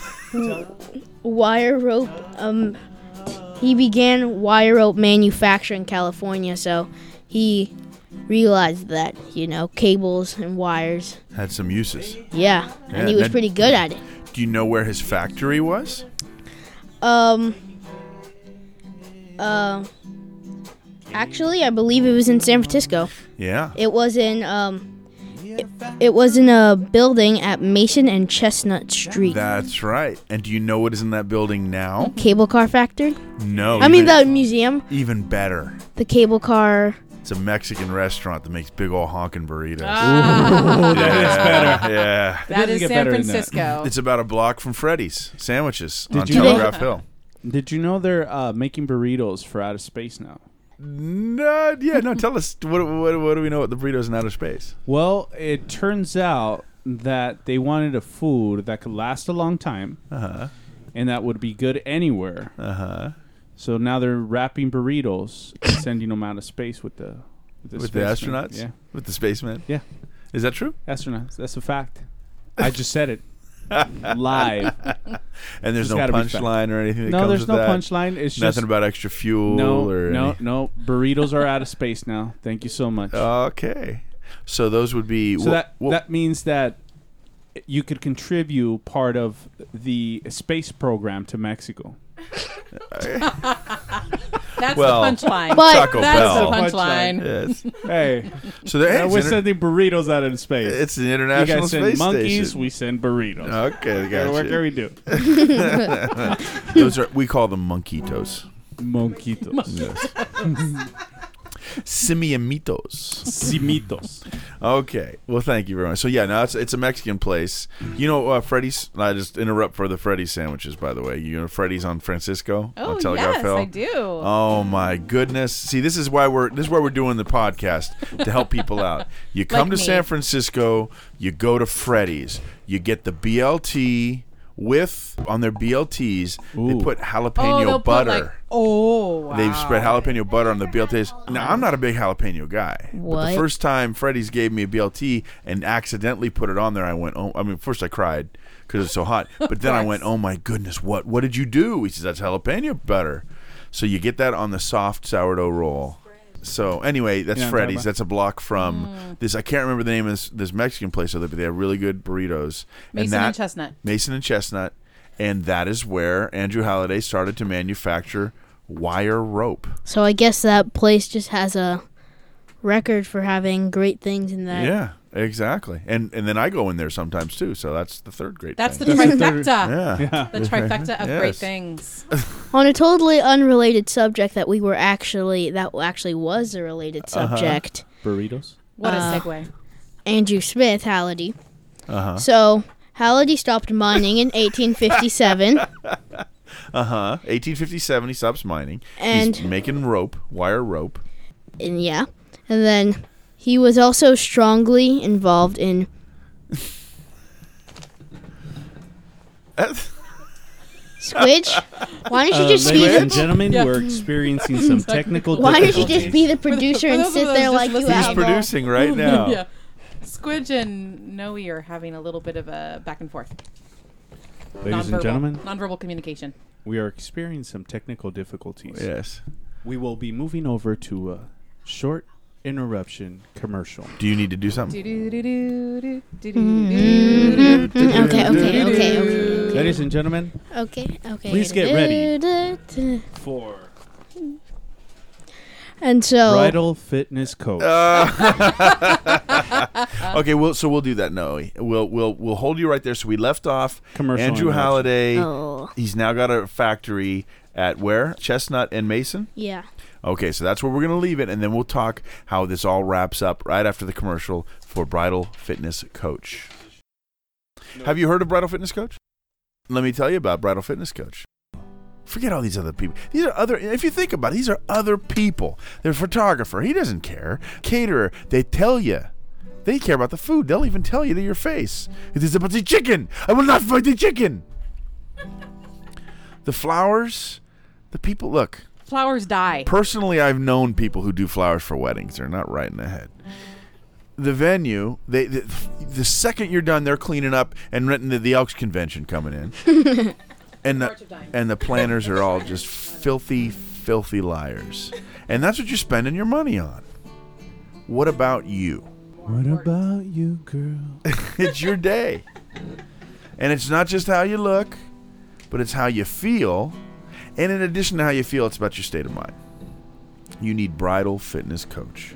G: wire rope. Um, he began wire rope manufacture in California. So, he realized that you know cables and wires.
D: Had some uses.
G: Yeah,
D: Yeah,
G: and he was
D: that-
G: pretty good at it.
D: Do you know where his factory was?
G: Um. Um. actually, I believe it was in San Francisco.
D: Yeah.
G: It was in um. It, it was in a building at Mason and Chestnut Street.
D: That's right. And do you know what is in that building now?
G: cable car factory.
D: No.
G: I mean
D: even-
G: the museum,
D: Even better.
G: the cable car.
D: It's a Mexican restaurant that makes big ol' honkin' burritos.
A: Ah,
D: Yeah, better. Yeah.
A: that
F: doesn't
A: is
F: get
A: San
F: better than
D: <laughs>
F: that.
A: Francisco.
D: It's about a block from Freddy's Sandwiches
F: Did
D: on
F: you
G: know-
D: Telegraph Hill.
F: Did you know they're uh, making burritos for out of space now?
D: No, yeah, no. Tell us what, what what do we know about the burritos in outer space?
F: Well, it turns out that they wanted a food that could last a long time
D: Uh huh.
F: and that would be good anywhere.
D: Uh
F: Uh-huh.
D: huh.
F: So now they're wrapping burritos and <coughs> sending them out of space with the with the,
D: With the
F: spacemen.
D: astronauts.
F: Yeah,
D: With the spacemen.
F: Yeah.
D: Is that true?
F: astronauts. That's a fact. I just said <laughs> it live.
D: And there's
F: It's
D: no
F: gotta be fact.
D: punchline or anything. That
F: no,
D: comes
F: there's
D: with
F: no
D: that?
F: punchline. It's
D: Nothing
F: just
D: about extra fuel
F: no,
D: or
F: no,
D: any- Uh,
F: no. Burritos are out of space now. Thank you so much.
D: Okay. So those would be.
F: so
D: wha-
F: that
D: wha-
F: that means that you could contribute part of the space program to Mexico.
J: That's
D: Well,
J: the punchline.
G: But-
D: Taco
J: That's
D: Bell.
J: the punchline.
D: yes.
F: Hey,
D: So
F: <laughs>
D: there, hey,
F: we're
D: it's, inter-
F: sending burritos out into space.
D: it's an
F: you
D: international
F: guys send
D: space
F: monkeys,
D: station.
F: we send burritos.
D: okay,
F: Gotta work
D: gotcha.
F: every
D: <laughs>
F: do.
D: Those are we call them monquitos.
F: Monquitos.
D: Yes. Simiamitos.
F: Simitos.
D: Okay. Well, thank you very much. So yeah, now it's it's a Mexican place. You know, uh, Freddy's. I just interrupt for the Freddy's sandwiches, by the way. You know, Freddy's on Francisco
J: Oh
D: on Telegraph
J: yes,
D: Hill.
J: I do.
D: Oh my goodness! See, this is why we're this is why we're doing the podcast
J: <laughs>
D: to help people out. You come
J: Like
D: to
J: me.
D: San Francisco, you go to Freddy's, you get the BLT with on their BLTs. They
F: Ooh.
D: put
J: oh,
D: jalapeno
J: they'll put,
D: butter.
J: like- oh, wow.
D: They've spread jalapeno butter on the BLTs. Now I'm not a big jalapeno guy. But the
G: What?
D: first time Freddy's gave me a BLT and accidentally put it on there, I went, "Oh!" I mean, first I cried because it's so hot. But then I went, "Oh my goodness, what? What did you do?" He says, "That's jalapeno butter." So you get that on the soft sourdough roll. So anyway, that's
F: You know what I'm talking
D: Freddy's.
F: about?
D: That's a block from this. I can't remember the name of this, this Mexican place, but they have really good burritos.
A: Mason and Chestnut.
D: Mason and Chestnut, and that is where Andrew Halliday started to manufacture wire rope.
G: So I guess that place just has a record for having great things in that.
D: Yeah, exactly. And and then I go in there sometimes too. So that's the third great.
J: That's the
D: thing.
J: trifecta.
D: yeah.
J: The trifecta of great
D: Yes.
J: things.
G: On a totally unrelated subject that we were actually that actually was a related
D: Uh-huh.
G: subject.
F: Burritos.
J: What
G: Uh,
J: a
D: <laughs>
J: segue.
G: Andrew Smith Halliday.
D: Uh-huh.
G: So Halliday stopped mining in
D: <laughs>
G: 1857.
D: Uh huh. 1857, he stops mining. He's
G: And-
D: making rope, wire rope. <laughs>
G: and yeah, and then he was also strongly involved in Squidge. Why
D: Uh,
G: don't you just be
F: ladies and
G: the
F: gentlemen, we're experiencing some technical
G: Why don't you
F: difficulties.
G: just be the producer
J: for
G: and
J: those of
G: sit
J: those
G: there
J: just
G: like you
J: listening-
D: He's
J: <laughs> Yeah.
G: have?
D: producing right now.
J: yeah. Squidge and Noe are having a little bit of a back and forth.
F: Ladies and
J: nonverbal.
F: gentlemen.
J: Nonverbal communication.
F: We are experiencing some technical difficulties.
D: Yes.
F: We will be moving over to a short interruption commercial.
D: Do you need to do something?
G: <laughs> Okay, okay, okay, okay.
F: Ladies and gentlemen,
G: Okay, okay.
F: Please get ready.
G: ready.
F: for
G: And so.
F: Bridal Fitness Coach.
D: Uh, <laughs> okay, well, so we'll do that. No, we'll we'll we'll hold you right there. So we left off.
F: Commercial
D: Andrew
F: interruption.
D: Halliday.
G: Oh.
D: He's now got a factory at where Chestnut and Mason.
G: Yeah.
D: Okay, so that's where we're gonna leave it, and then we'll talk how this all wraps up right after the commercial for Bridal Fitness Coach. Have you heard of Bridal Fitness Coach? Let me tell you about Bridal Fitness Coach. Forget all these other people. These are other. If you think about it, these are other people. There's photographer. He doesn't care. Caterer. They tell you. They care about the food. They'll even tell you to your face. It is about the chicken. I will not fight the chicken. <laughs> the flowers. The people. Look.
J: Flowers die.
D: Personally, I've known people who do flowers for weddings. They're not right in the head. The venue, they the, the second you're done, they're cleaning up and renting the, the Elks convention coming in, and the, and the planners are all just filthy, filthy liars, and that's what you're spending your money on. What about you?
F: What about you, girl?
D: it's your day. And it's not just how you look, but it's how you feel. And in addition to how you feel, it's about your state of mind. You need bridal fitness coach.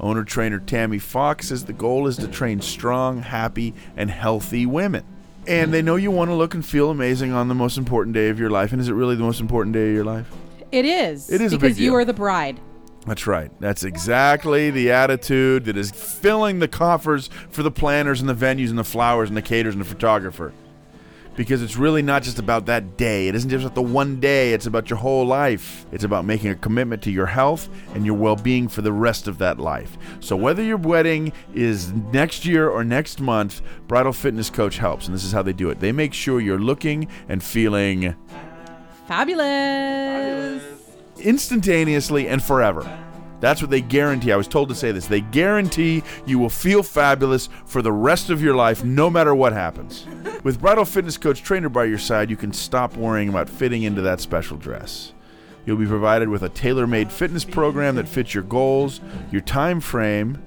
D: Owner trainer Tammy Fox says the goal is to train strong, happy, and healthy women. And they know you want to look and feel amazing on the most important day of your life. And is it really the most important day of your life?
J: It is.
D: It is a big
J: because you
D: deal.
J: are the bride.
D: That's right. That's exactly the attitude that is filling the coffers for the planners and the venues and the flowers and the caterers and the photographer. Because it's really not just about that day. It isn't just about the one day, it's about your whole life. It's about making a commitment to your health and your well being for the rest of that life. So, whether your wedding is next year or next month, Bridal Fitness Coach helps. And this is how they do it they make sure you're looking and feeling
J: Fabulous.
D: instantaneously and forever. That's what they guarantee. I was told to say this. They guarantee you will feel fabulous for the rest of your life, no matter what happens. With Bridal Fitness Coach Trainer by your side, you can stop worrying about fitting into that special dress. You'll be provided with a tailor made fitness program that fits your goals, your time frame,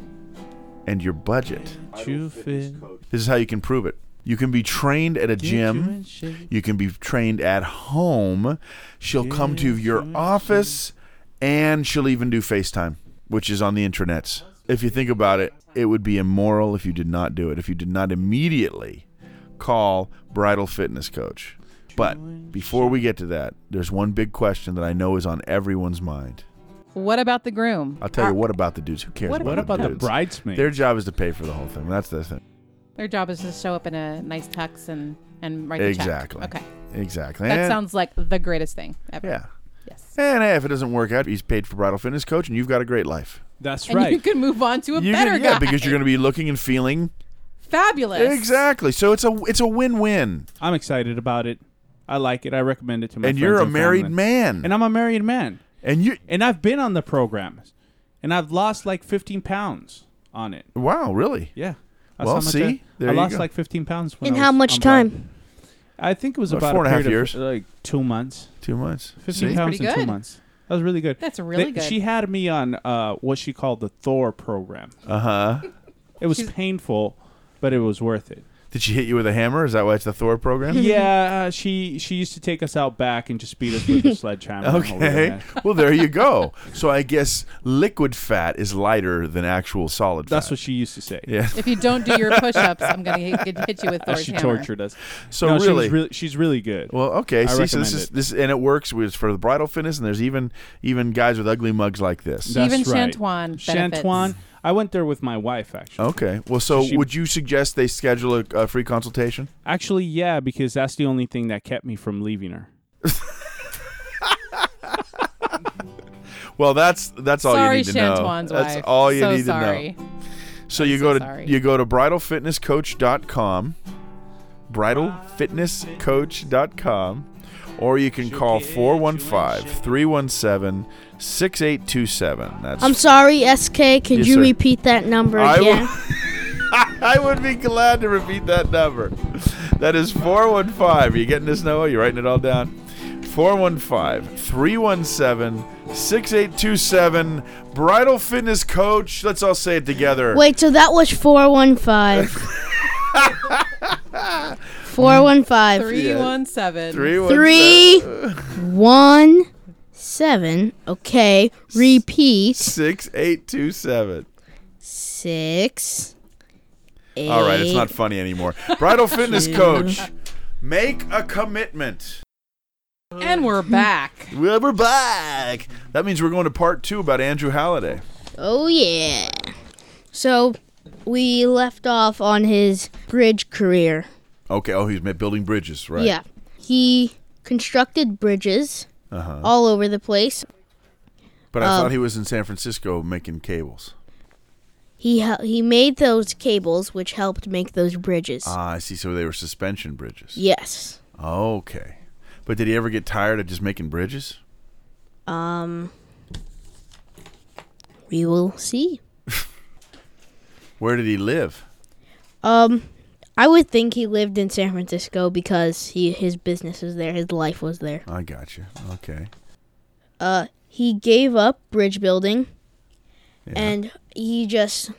D: and your budget.
F: True fit.
D: This is how you can prove it. You can be trained at a gym. You can be trained at home. She'll come to your office and she'll even do FaceTime, which is on the intranets. If you think about it, it would be immoral if you did not do it, if you did not immediately call Bridal Fitness Coach. But before we get to that, there's one big question that I know is on everyone's mind.
A: What about the groom?
D: I'll tell you what about the dudes. Who cares?
A: Ah. What
F: What about the
D: dudes?
F: bridesmaid?
D: Their job is to pay for the whole thing. That's the thing.
A: Their job is to show up in a nice tux and and write the check.
D: Exactly.
A: Okay.
D: Exactly.
A: That
D: And-
A: sounds like the greatest thing ever.
D: Yeah.
A: Yes.
D: And hey, Eh, if it doesn't work out, he's paid for bridal fitness coach, and you've got a great life.
F: That's
A: and
F: right.
A: you could move on to a
D: You
A: better
D: can- yeah,
A: guy.
D: because you're going to be looking and feeling
A: <laughs> fabulous.
D: exactly. So it's a it's a win-win,
F: I'm excited about it. I like it. I recommend it to my
D: and
F: friends
D: you're a married
F: family.
D: man,
F: And I'm a married man.
D: and you
F: And I've been on the program. And I've lost like 15 pounds on it.
D: wow, really?
F: Yeah. That's
D: Well,
F: how much
D: see?
F: I,
D: There
F: I
D: you
F: lost
D: go.
F: like 15 pounds. When
G: In
F: I
G: how
F: was
G: much
F: on
G: time?
F: Bri- I think it was
D: About
F: about
D: four
F: a
D: and a half
F: period
D: years.
F: Of, like two months.
D: Two months.
F: 15
D: See?
F: pounds
J: Pretty
F: in two
J: good.
F: months. That was really good.
J: That's really
F: They-
J: good.
F: She had me on uh, what she called the Thor program.
D: Uh
F: <laughs>
D: huh.
F: It was painful, but it was worth it.
D: Did she hit you with a hammer? Is that why it's the Thor program? <laughs>
F: yeah, uh, she she used to take us out back and just beat us with a sledgehammer. and hold it in
D: Okay.
F: there.
D: well, there you go. So I guess liquid fat is lighter than actual solid
F: That's
D: fat.
F: what she used to say.
D: Yeah.
A: If you don't do
D: <laughs>
A: your push-ups, I'm gonna hit, hit you with Thor's
F: she
A: hammer.
F: tortured us.
D: So
F: No, she was
D: really-
F: really, she's really good.
D: Well, okay.
F: I
D: see, so this
F: recommend
D: is
F: it.
D: this, and it works with for the bridal fitness, and there's even even guys with ugly mugs like this.
F: That's
A: Even
F: right.
A: Shantuan benefits.
F: Shantuan. I went there with my wife actually.
D: Okay. Well, so
F: She-
D: would you suggest they schedule a, a free consultation?
F: Actually, yeah, because that's the only thing that kept me from leaving her.
D: Well, that's that's all
A: sorry,
D: you need to
A: Shantuan's
D: know.
A: wife.
D: That's all you
A: so
D: need
A: sorry.
D: to know. So you go
A: so
D: to
A: sorry.
D: you go to bridalfitnesscoach.com, bridalfitnesscoach.com, or you can call 415-317-6827. That's
G: I'm sorry, SK. Can
D: Yes,
G: you
D: sir.
G: repeat that
D: <laughs>
G: number
D: I will-
G: again?
D: I would be glad to repeat that number. That is 415. Are you getting this, Noah? You writing it all down? 415 317 6827. Bridal Fitness Coach. Let's all say it together.
K: Wait, so that
D: <laughs>
K: was 415. 415.
A: Three one seven.
D: Three, one,
K: Three,
D: seven,
K: one, seven. Okay. Repeat.
D: six, eight, two, seven.
K: Six. Eight.
D: All right, it's not funny anymore. Bridal Fitness Coach. Make a commitment.
A: And we're back.
D: Well, we're back. That means we're going to part two about Andrew Halliday.
K: Oh yeah. So we left off on his bridge career.
D: Okay. Oh, he's ma- building bridges, right?
K: Yeah. He constructed bridges
D: Uh-huh.
K: all over the place.
D: But I
A: Um,
D: thought he was in San Francisco making cables.
K: He hel- he made those cables which helped make those bridges.
D: Ah, I see. So they were suspension bridges.
K: yes.
D: Okay. But did he ever get tired of just making bridges?
K: Um we will see.
D: Where did he live?
K: Um I would think he lived in San Francisco because he his business was there, his life was there.
D: I got you. Okay.
K: Uh he gave up bridge building
D: Yeah.
K: and he just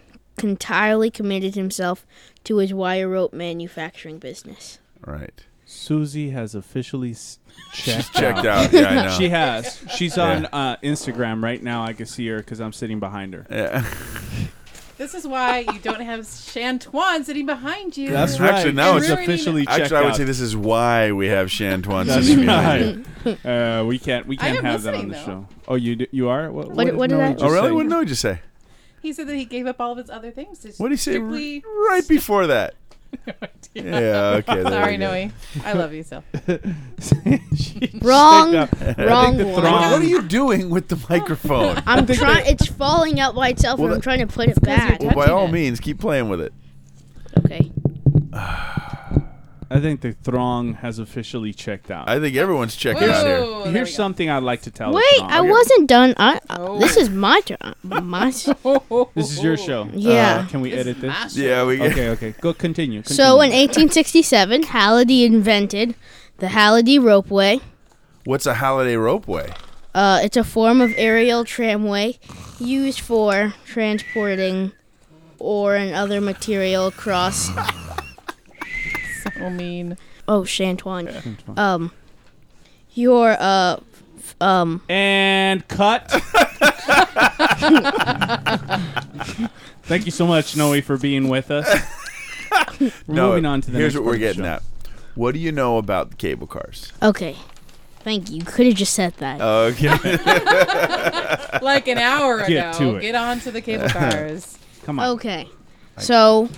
K: entirely committed himself to his wire rope manufacturing business.
D: right.
F: Susie has officially s- checked,
D: Checked
F: out.
D: out. Yeah,
F: <laughs>
D: I know.
F: She has. She's
D: Yeah.
F: on uh, Instagram right now. I can see her because I'm sitting behind her.
D: Yeah.
A: This is why you don't have Shantuan sitting behind you.
D: That's right. Actually, now
A: it's-
F: officially checked
D: Actually, I would
F: out.
D: say this is why we have Shantuan
F: That's
D: sitting behind you.
F: right. <laughs> Uh, we can't. We
A: I
F: can't
A: am
F: have that on the
A: listening, though.
F: show. Oh, you do, you are. What,
K: What- what did
F: Noah
K: I-
F: just
D: Oh,
F: <laughs>
D: really?
F: say?
D: What did Noah just say?
A: He said that he gave up all of his other things. to
D: What did he say
A: strictly-
D: r- right before
F: <laughs>
D: that? Yeah, okay. there
A: Sorry,
D: we go.
A: Noe. I love you so.
K: Wrong,
F: up.
D: <laughs>
K: wrong
F: the
K: one.
F: throng-
D: What are you doing with the
A: <laughs>
D: microphone?
K: I'm trying. It's falling out by itself,
D: Well,
K: and I'm
D: that-
K: trying to put it back.
D: well, by
A: touching
D: all
A: it.
D: means, keep playing with it.
K: Okay.
F: I think the throng has officially checked out.
D: I think everyone's checking out here.
A: Whoa, there
F: Here's
A: we go.
F: something I'd like to tell. the
K: Wait,
F: throng.
K: I wasn't done. I, I this is my turn. My s-
F: This is your show.
K: yeah.
F: Uh, can we edit this?
A: Mash.
D: Yeah, we
F: Okay, okay. Go continue.
K: so in
F: continue.
K: 1867, Halliday invented the Halliday ropeway.
D: What's a holiday ropeway?
K: Uh, it's a form of aerial tramway used for transporting or and other material across.
A: So mean.
K: Oh, Shantuan. Um, your uh, f- um.
F: and <laughs> cut. Thank you so much, Noe, for being with <laughs> us. We're moving on to the
D: here's
F: next
D: what we're
F: part of the
D: getting
F: show.
D: at. What do you know about the cable cars?
K: Okay. Thank you. You could have just said that.
D: Okay.
A: Like an hour ago.
F: Get to it.
A: Get on to the cable
D: <laughs>
A: cars.
F: Come on.
K: Okay. So,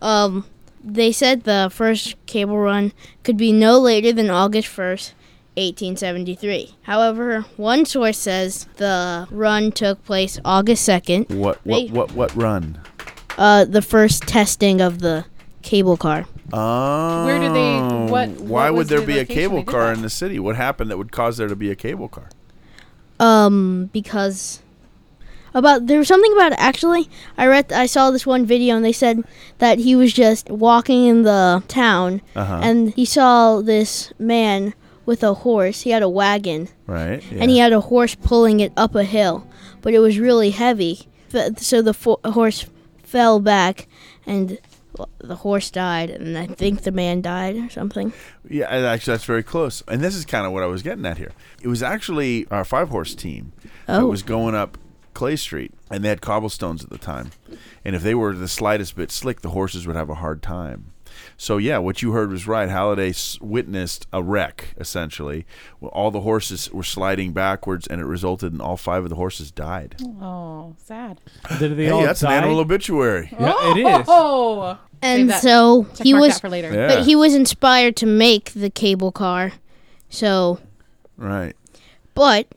K: um, they said the first cable run could be no later than August 1st, 1873. However, one source says the run took place August 2nd,
D: what what
K: They-
D: what what run?
K: uh, the first testing of the cable car.
D: Oh.
A: did they- what-
D: Why
A: what
D: would
A: was
D: there
A: the
D: be a
A: location
D: cable
A: they did
D: car
A: that?
D: in the city? What happened that would cause there to be a cable car?
K: Um, because about there was something about it, actually. I read, I saw this one video, and they said that he was just walking in the town,
D: Uh-huh.
K: and he saw this man with a horse. He had a wagon,
D: Right. Yeah.
K: and he had a horse pulling it up a hill, but it was really heavy, F- so the fo- horse fell back, and the horse died, and I think the man died or something.
D: Yeah, and actually, that's very close. And this is kind of what I was getting at here. It was actually our five horse team that
K: Oh.
D: was going up Clay Street, and they had cobblestones at the time. And if they were the slightest bit slick, the horses would have a hard time. So yeah, what you heard was right. Halliday s- witnessed a wreck essentially. Where all the horses were sliding backwards, and it resulted in all five of the horses died.
A: Oh, sad.
F: Did they
D: Hey,
F: all
D: that's
F: die?
D: an animal obituary.
F: Yeah, it
A: <laughs>
F: is.
A: Oh,
K: And
A: that.
K: so
A: check
K: he
A: mark
K: was,
A: that for later.
D: Yeah,
K: but he was inspired to make the cable car, so.
D: right.
K: But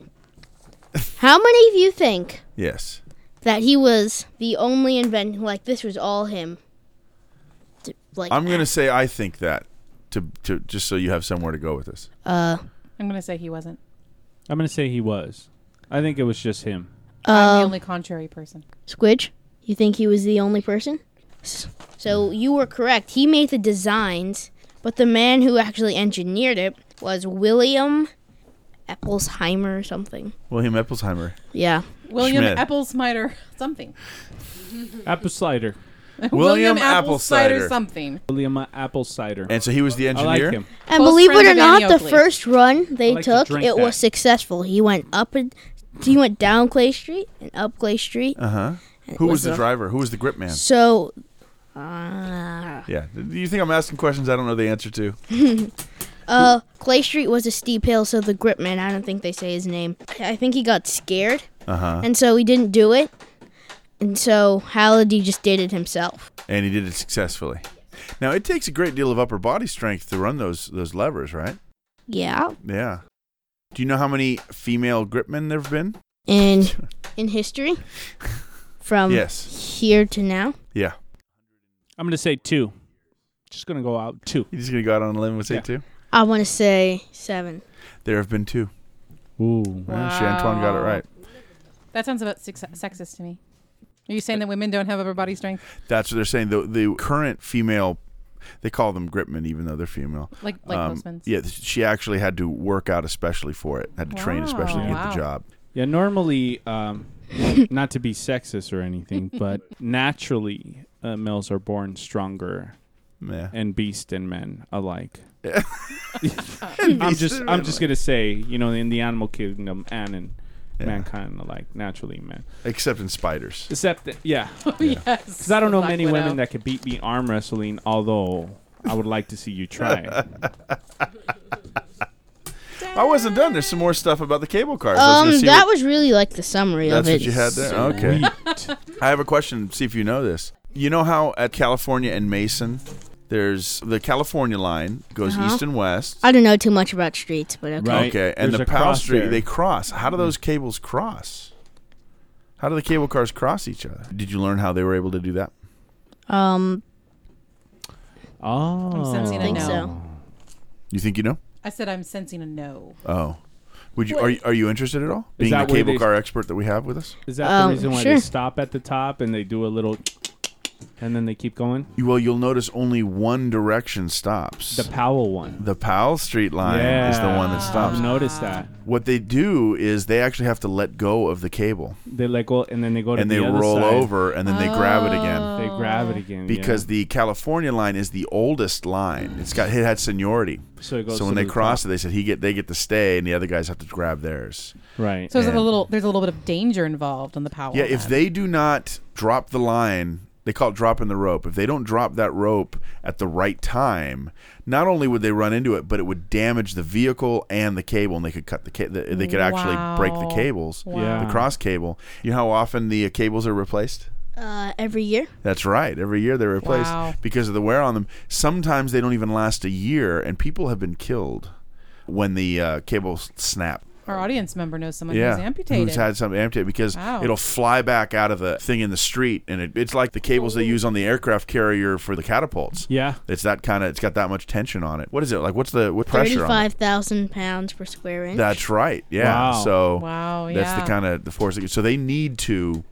K: how many of you think
D: Yes.
K: that he was the only inventor? Like this was all him. D- Like
D: I'm gonna say I think that to to just so you have somewhere to go with this.
K: uh
A: I'm gonna say he wasn't.
F: I'm gonna say he was. I think it was just him.
A: I'm the
K: um
A: only contrary person.
K: Squidge. You think he was the only person? S- So you were correct. He made the designs But the man who actually engineered it was William Epplesheimer or something.
D: William Epplesheimer.
K: Yeah.
J: William
D: Schmidt.
J: Applesmiter <laughs> something.
F: Apple cider.
D: William Apple Cider.
J: something.
F: William uh, Apple cider.
D: And so he was the
F: I like
D: engineer.
F: him.
K: And
J: Close
K: believe it
J: friend
K: or
J: of Annie
K: not, the
J: Oakley.
K: first run they
F: like to
K: took,
F: drink
K: it was
F: that.
K: successful. He went up and he went down Clay Street and up Clay Street.
D: Uh huh.
K: And
D: Who
K: it
D: was the
K: a-
D: driver? Who was the grip man?
K: So, uh,
D: Yeah. Do you think I'm asking questions I don't know the answer to?
K: uh, Clay Street was a steep hill, so the grip man, I don't think they say his name. I think he got scared,
D: Uh huh.
K: and so he didn't do it. And so Halliday just did it himself.
D: And he did it successfully. Now it takes a great deal of upper body strength to run those those levers, right?
K: Yeah.
D: Yeah. Do you know how many female gripmen there've <laughs> been?
K: And in history, from
D: Yes.
K: here to now,
D: Yeah.
F: I'm gonna say two. Just gonna go out two.
D: You're just gonna go out on a limb and say
F: Yeah.
D: two?
K: I want to say seven.
D: There have been two.
F: Ooh.
D: And Shantuan got it
J: Wow.
D: right.
J: That sounds about sex- sexist to me. Are you saying that women don't have upper body strength?
D: That's what they're saying. The the current female, they call them gripmen, even though they're female.
J: Like- like postmans.
D: Um, Yeah, th- she actually had to work out especially for it. Had to train especially to get
J: Wow. Wow.
D: the job.
F: Yeah, normally, um, not to be sexist or
J: <laughs>
F: anything, but naturally, uh, males are born stronger
D: Yeah.
F: and beast and men
D: <laughs>
F: alike.
D: And
F: I'm
D: beast
F: just,
D: and
F: I'm
D: men
F: just
D: alike.
F: gonna say, you know, in the animal kingdom, and in
D: Yeah.
F: mankind alike, naturally, men.
D: Except in spiders.
F: Except, that,
J: <laughs>
F: yeah,
J: Oh, yes.
F: because I don't know
J: Black
F: many
J: Widow.
F: women that could beat me arm wrestling. Although I would like to see you try.
D: <laughs> I wasn't done. There's some more stuff about the cable cars. I
K: Um,
D: gonna see
K: that
D: what-
K: was really like the summary
D: That's
K: of it.
D: what you had there. Okay. <laughs> I have a question. See if you know this. You know how at California and Mason, there's the California line goes
K: Uh-huh.
D: east and west.
K: I don't know too much about streets, but uh, okay.
F: Right.
D: Okay, and
F: There's
D: the
F: a
D: Powell
F: cross
D: Street
F: there. Mm-hmm.
D: they cross. How do those cables cross? How do the cable cars cross each other? Did you learn how they were able to do that?
K: Um,
F: Oh,
J: I'm sensing
K: I
J: a
K: think
J: no.
K: so.
D: You think you know?
J: I said I'm sensing a no.
D: Oh, would you? Are you, are you interested at all?
F: Is
D: Being the
F: that where
D: cable
F: they-
D: car expert that we have with us,
F: Is that
K: Um,
F: the reason why
K: sure.
F: they stop at the top and they do a little, and then they keep going?
D: You- well, you'll notice only one direction stops.
F: The Powell one.
D: The Powell Street line
F: yeah,
D: is the one that stops.
F: I've noticed that
D: What they do is they actually have to let go of the cable
F: they let go and then they go to
D: and
F: the
D: they
F: other
D: roll
F: side.
D: over and then they grab it again.
F: They grab it again yeah.
D: because the California line is the oldest line. It's got it had seniority.
F: So it goes
D: when
F: to
D: they
F: the
D: cross it, they said he get they get to stay, and the other guys have to grab theirs.
F: right.
J: So there's a
D: And-
J: little there's a little bit of danger involved on the power.
D: yeah, if they do not drop the line, they call it dropping the rope. If they don't drop that rope at the right time, not only would they run into it, but it would damage the vehicle and the cable, and they could cut the, ca- the they could actually break the
J: Wow.
D: cables,
F: Wow.
D: the cross cable. You know how often the uh, cables are replaced?
K: Uh, every year.
D: That's right. Every year they're replaced
J: Wow.
D: because of the wear on them. Sometimes they don't even last a year, and people have been killed when the uh, cables snap.
J: our audience member knows someone
D: yeah,
J: who's amputated.
D: Who's had some amputated because
J: Wow.
D: it'll fly back out of the thing in the street, and it, it's like the cables they use on the aircraft carrier for the catapults.
F: Yeah.
D: It's that kind of. It's got that much tension on it. What is it like? What's the what pressure on it?
K: Thirty-five thousand pounds per square inch.
D: That's right. Yeah.
F: Wow.
D: So
J: Wow,
D: that's
J: yeah.
D: the kind of the force. that- So they need to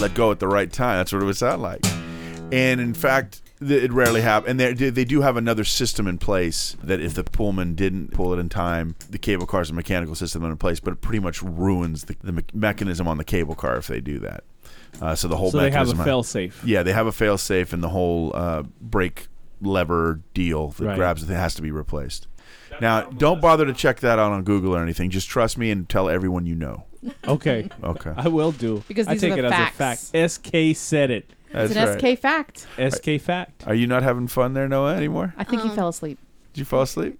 D: let go at the right time. That's what it would sound like. And in fact, th- it rarely happens. And they they do have another system in place that if the Pullman didn't pull it in time, the cable car's a mechanical system in place, but it pretty much ruins the, the me- mechanism on the cable car if they do that. Uh, so the whole
F: So they have
D: mechanism
F: a fail safe.
D: yeah, they have a fail safe and the whole uh, brake lever deal that
F: Right.
D: grabs it has to be replaced. Now, don't bother to check that out on Google or anything. Just trust me and tell everyone you know.
J: <laughs>
F: Okay.
D: Okay.
F: <laughs> I will do.
J: Because
F: I
J: these are
F: take
J: the
F: it
J: facts.
F: as a fact. SK said it.
J: it's an SK fact.
F: SK fact.
D: Are you not having fun there, Noah, anymore?
J: I think
K: Um,
J: he fell asleep.
D: Did you fall asleep?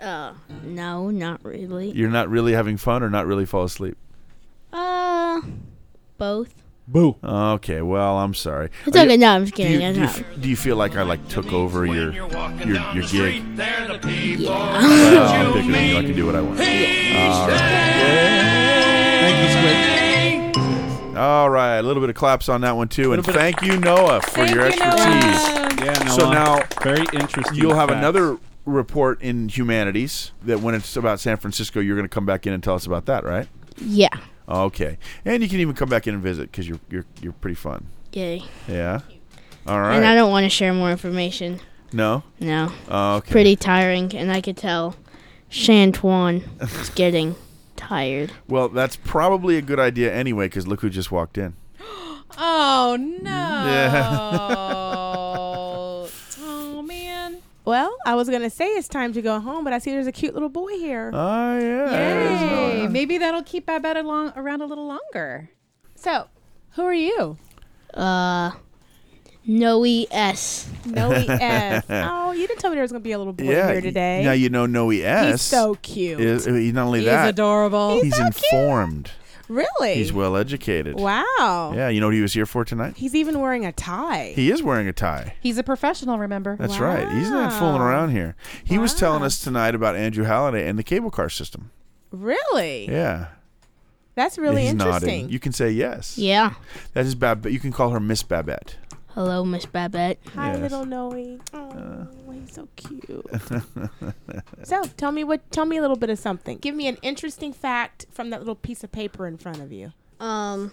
K: Uh, no, not really.
D: You're not really having fun or not really fall asleep?
K: Uh, both.
F: Boo.
D: Okay, well, I'm sorry.
K: It's
D: Are
K: okay.
D: you-
K: No, I'm just
D: do you, do,
K: kidding. I'm
D: you,
K: not.
D: f- do you feel like I like took over your your, your gig?
K: Yeah.
D: Well, I'm bigger than you. I can do what I want. All right. All right, a little bit of claps on that one too, and
F: Little bit
D: thank you, Noah, for your
J: Thank you, Noah.
D: expertise.
F: Yeah. No,
D: So now
F: very interesting.
D: You'll have
F: facts.
D: another report in humanities that when it's about San Francisco, you're going to come back in and tell us about that, right?
K: Yeah.
D: Okay, and you can even come back in and visit because you're you're you're pretty fun.
K: Yay.
D: Yeah. All
K: And I
D: right.
K: don't want to share more information.
D: No.
K: No.
D: Oh,
K: It's
D: okay.
K: Pretty tiring, and I could tell Shantuan
D: <laughs>
K: is getting tired.
D: Well, that's probably a good idea anyway, because look who just walked in.
J: Oh no.
A: <laughs>
D: Yeah.
J: oh man.
L: Well, I was gonna say it's time to go home, but I see there's a cute little boy here.
D: Oh yeah.
J: Hey, maybe that'll keep Babette along around a little longer. So, who are you?
K: Uh, Noe E S.
L: Noe E
D: <laughs>
L: S. oh, you didn't tell me there was gonna be a little boy
D: yeah.
L: here today.
D: Now you know Noe S.
L: He's so cute.
D: Is, he's not only
L: He is
D: that,
L: adorable.
D: He's,
L: He's so cute.
D: informed.
L: really?
D: He's well educated.
L: Wow.
D: Yeah, you know what he was here for tonight?
L: He's even wearing a tie.
D: He is wearing a tie.
A: He's a professional, remember?
D: That's right. He's not fooling around here. He was telling us tonight about Andrew Halliday and the cable car system.
L: Really?
D: Yeah.
L: That's really
D: He's nodding.
L: interesting.
D: You can say yes.
K: Yeah.
D: That is Babette. You can call her Miss Babette.
K: Hello, Miss Babette.
L: Hi,
D: Yes.
L: little Noe.
D: Uh.
L: Oh, he's so
D: <laughs>
L: cute. so, tell me what? Tell me a little bit of something. Give me an interesting fact from that little piece of paper in front of you.
K: Um,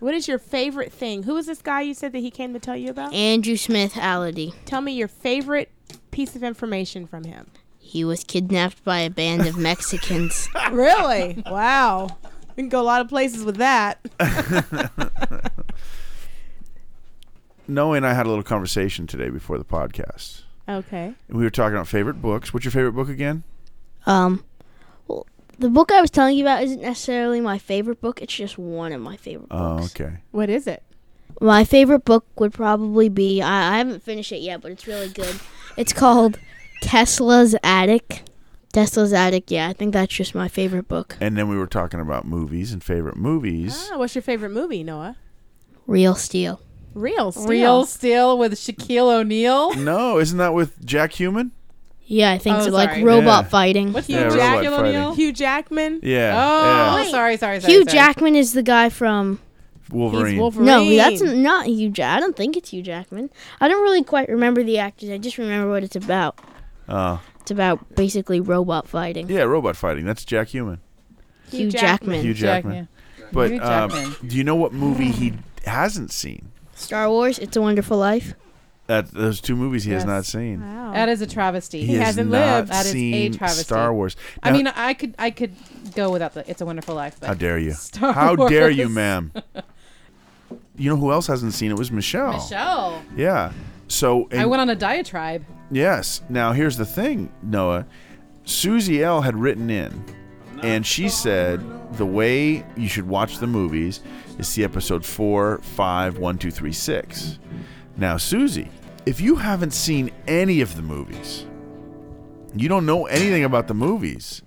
L: What is your favorite thing? Who is this guy you said that he came to tell you about?
K: Andrew Smith Halliday.
L: Tell me your favorite piece of information from him.
K: He was kidnapped by a band of Mexicans. <laughs>
L: <laughs> really? Wow. We can go a lot of places with that.
D: Noah and I had a little conversation today before the podcast.
L: Okay.
D: And we were talking about favorite books. What's your favorite book again?
K: Um, well, the book I was telling you about isn't necessarily my favorite book. It's just one of my favorite.
D: Oh, okay.
L: What is it?
K: My favorite book would probably be I, I haven't finished it yet, but it's really good. It's called Tesla's Attic. Tesla's Attic. Yeah, I think that's just my favorite book.
D: And then we were talking about movies and favorite movies.
A: Oh.
L: Ah, what's your favorite movie, Noah?
K: Real Steel.
L: Real Steel.
A: Real Steel with Shaquille O'Neal.
D: No, isn't that with Jack Human?
K: Yeah, I think
A: Oh,
K: so. Like
A: sorry.
K: robot
D: Yeah.
K: fighting.
D: What's Yeah, the- robot Jack fighting. O'Neal?
L: Hugh Jackman.
D: Yeah.
A: Oh,
D: yeah.
A: sorry, sorry, sorry.
K: Hugh
A: sorry.
K: Jackman is the guy from.
D: Wolverine.
K: No, that's not Hugh. Ja- I don't think it's Hugh Jackman. I don't really quite remember the actors. I just remember what it's about.
D: Uh,
K: It's about basically robot fighting.
D: yeah, robot fighting. That's Jack Human.
K: Hugh Jackman.
D: Hugh Jackman. But
K: Hugh
D: um,
K: Jackman.
D: do you know what movie he
A: Hmm.
D: hasn't seen?
K: Star Wars. It's a Wonderful Life.
D: That those two movies he
A: Yes. Uh,
D: has not seen.
A: That is a travesty.
D: He, has not
A: That is
D: seen
A: a travesty.
D: Star Wars.
A: I
D: Now-
A: mean, I could I could go without the It's a Wonderful Life. But
D: How dare
A: <laughs>
D: you?
A: Star
D: How dare you,
A: Wars.
D: ma'am? you know who else hasn't seen it was Michelle.
A: Michelle.
D: Yeah. So
A: I
D: and-
A: went on a diatribe.
D: Yes. Now here's the thing, Noah. Susie L had written in, and she said the way you should watch the movies is see episode four, five, one, two, three, six. Now, Susie, if you haven't seen any of the movies, you don't know anything about the movies.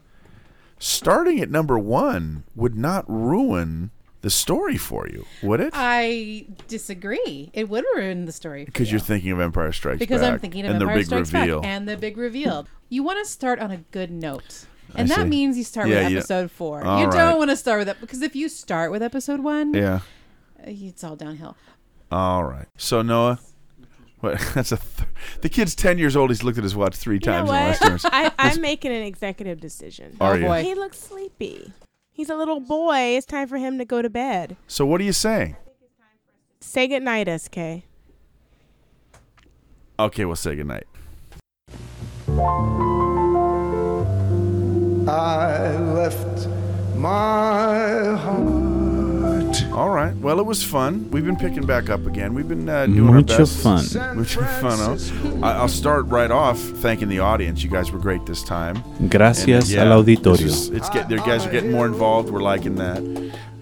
D: Starting at number one would not ruin the story for you, would
A: Uh,
D: it?
A: I disagree. It would ruin the story. for
D: Because
A: you.
D: you're thinking of Empire Strikes
A: because
D: Back
A: I'm thinking of
D: and
A: Empire
D: their big
A: Strikes
D: reveal.
A: Back and the big reveal. You want to start on a good note.
D: I
A: And that
D: see.
A: means you start
D: Yeah,
A: with
D: you-
A: episode four.
D: All
A: you
D: right.
A: don't want to start with that because if you start with episode one,
D: yeah.
A: uh, it's all downhill.
D: All right. So Noah, what? <laughs> That's a. Th- the kid's ten years old. He's looked at his watch three
L: You know
D: times in the last two hours.
L: what? <laughs> I, I'm making an executive decision.
D: Are Oh, you? boy.
L: He looks sleepy. He's a little boy. It's time for him to go to bed.
D: So what are you saying?
L: Say goodnight, SK.
D: Okay, we'll say goodnight.
I: I left my heart.
D: All right. Well, it was fun. We've been picking back up again. We've been uh, doing
F: Mucho
D: our best.
F: fun.
D: Mucho fun. oh. I- I'll start right off thanking the audience. You guys were great this time.
M: Gracias
D: And, uh,
M: al
D: yeah,
M: auditorio.
D: this is- it's get, their guys are getting more involved. We're liking that.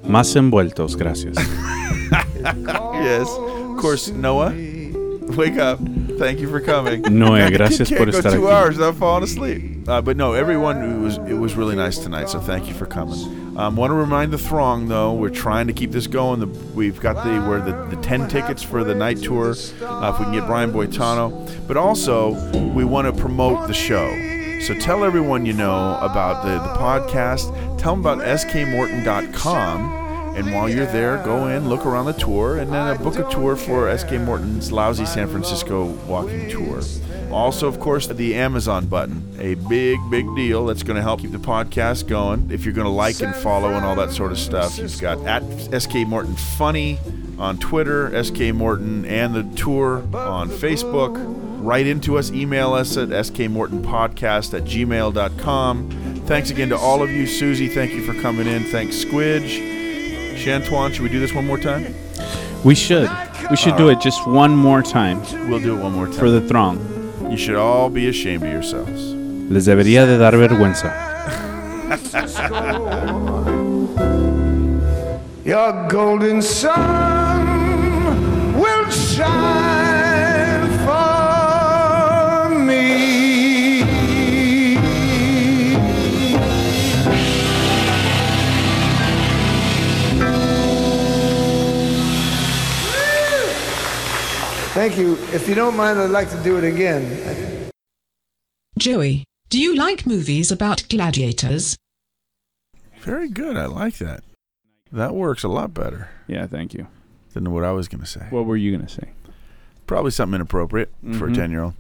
M: Más envueltos,
D: <laughs>
M: gracias.
D: yes. Of course, Noah. Wake up. Thank you for coming.
M: Noé,
D: Kid
M: gracias
D: can't
M: por
D: go
M: estar
D: two
M: aquí.
D: hours without falling asleep. Uh, but no, everyone it was it was really nice tonight. So thank you for coming. Um, want to remind the throng though, we're trying to keep this going. The, we've got the where the, the ten tickets for the night tour. Uh, if we can get Brian Boitano, but also we want to promote the show. So tell everyone you know about the, the podcast. Tell them about skmorton.com. And while you're there, go in, look around the tour, and then uh, book a tour for SK Morton's lousy San Francisco walking tour. Also, of course, the Amazon button, a big, big deal that's going to help keep the podcast going. If you're going to like and follow and all that sort of stuff, you've got at SK Morton Funny on Twitter, SK Morton and the tour on Facebook. Write into us, email us at skmortonpodcast at gmail.com. Thanks again to all of you. Susie, thank you for coming in. Thanks, Squidge. Shantuan, should we do this one more time?
M: We should. We should do it just one more time.
D: We'll do it one more time.
M: For the throng.
D: You should all be ashamed of yourselves.
M: Les debería de dar vergüenza.
I: Your golden sun will shine for me. Thank you. If you don't mind, I'd like to do it again.
B: Joey, do you like movies about gladiators?
D: Very good. I like that. That works a lot better.
F: Yeah, thank you.
D: Than what I was going to say.
F: What were you going to say?
D: Probably something inappropriate for a
F: Mhm.
D: 10 year old.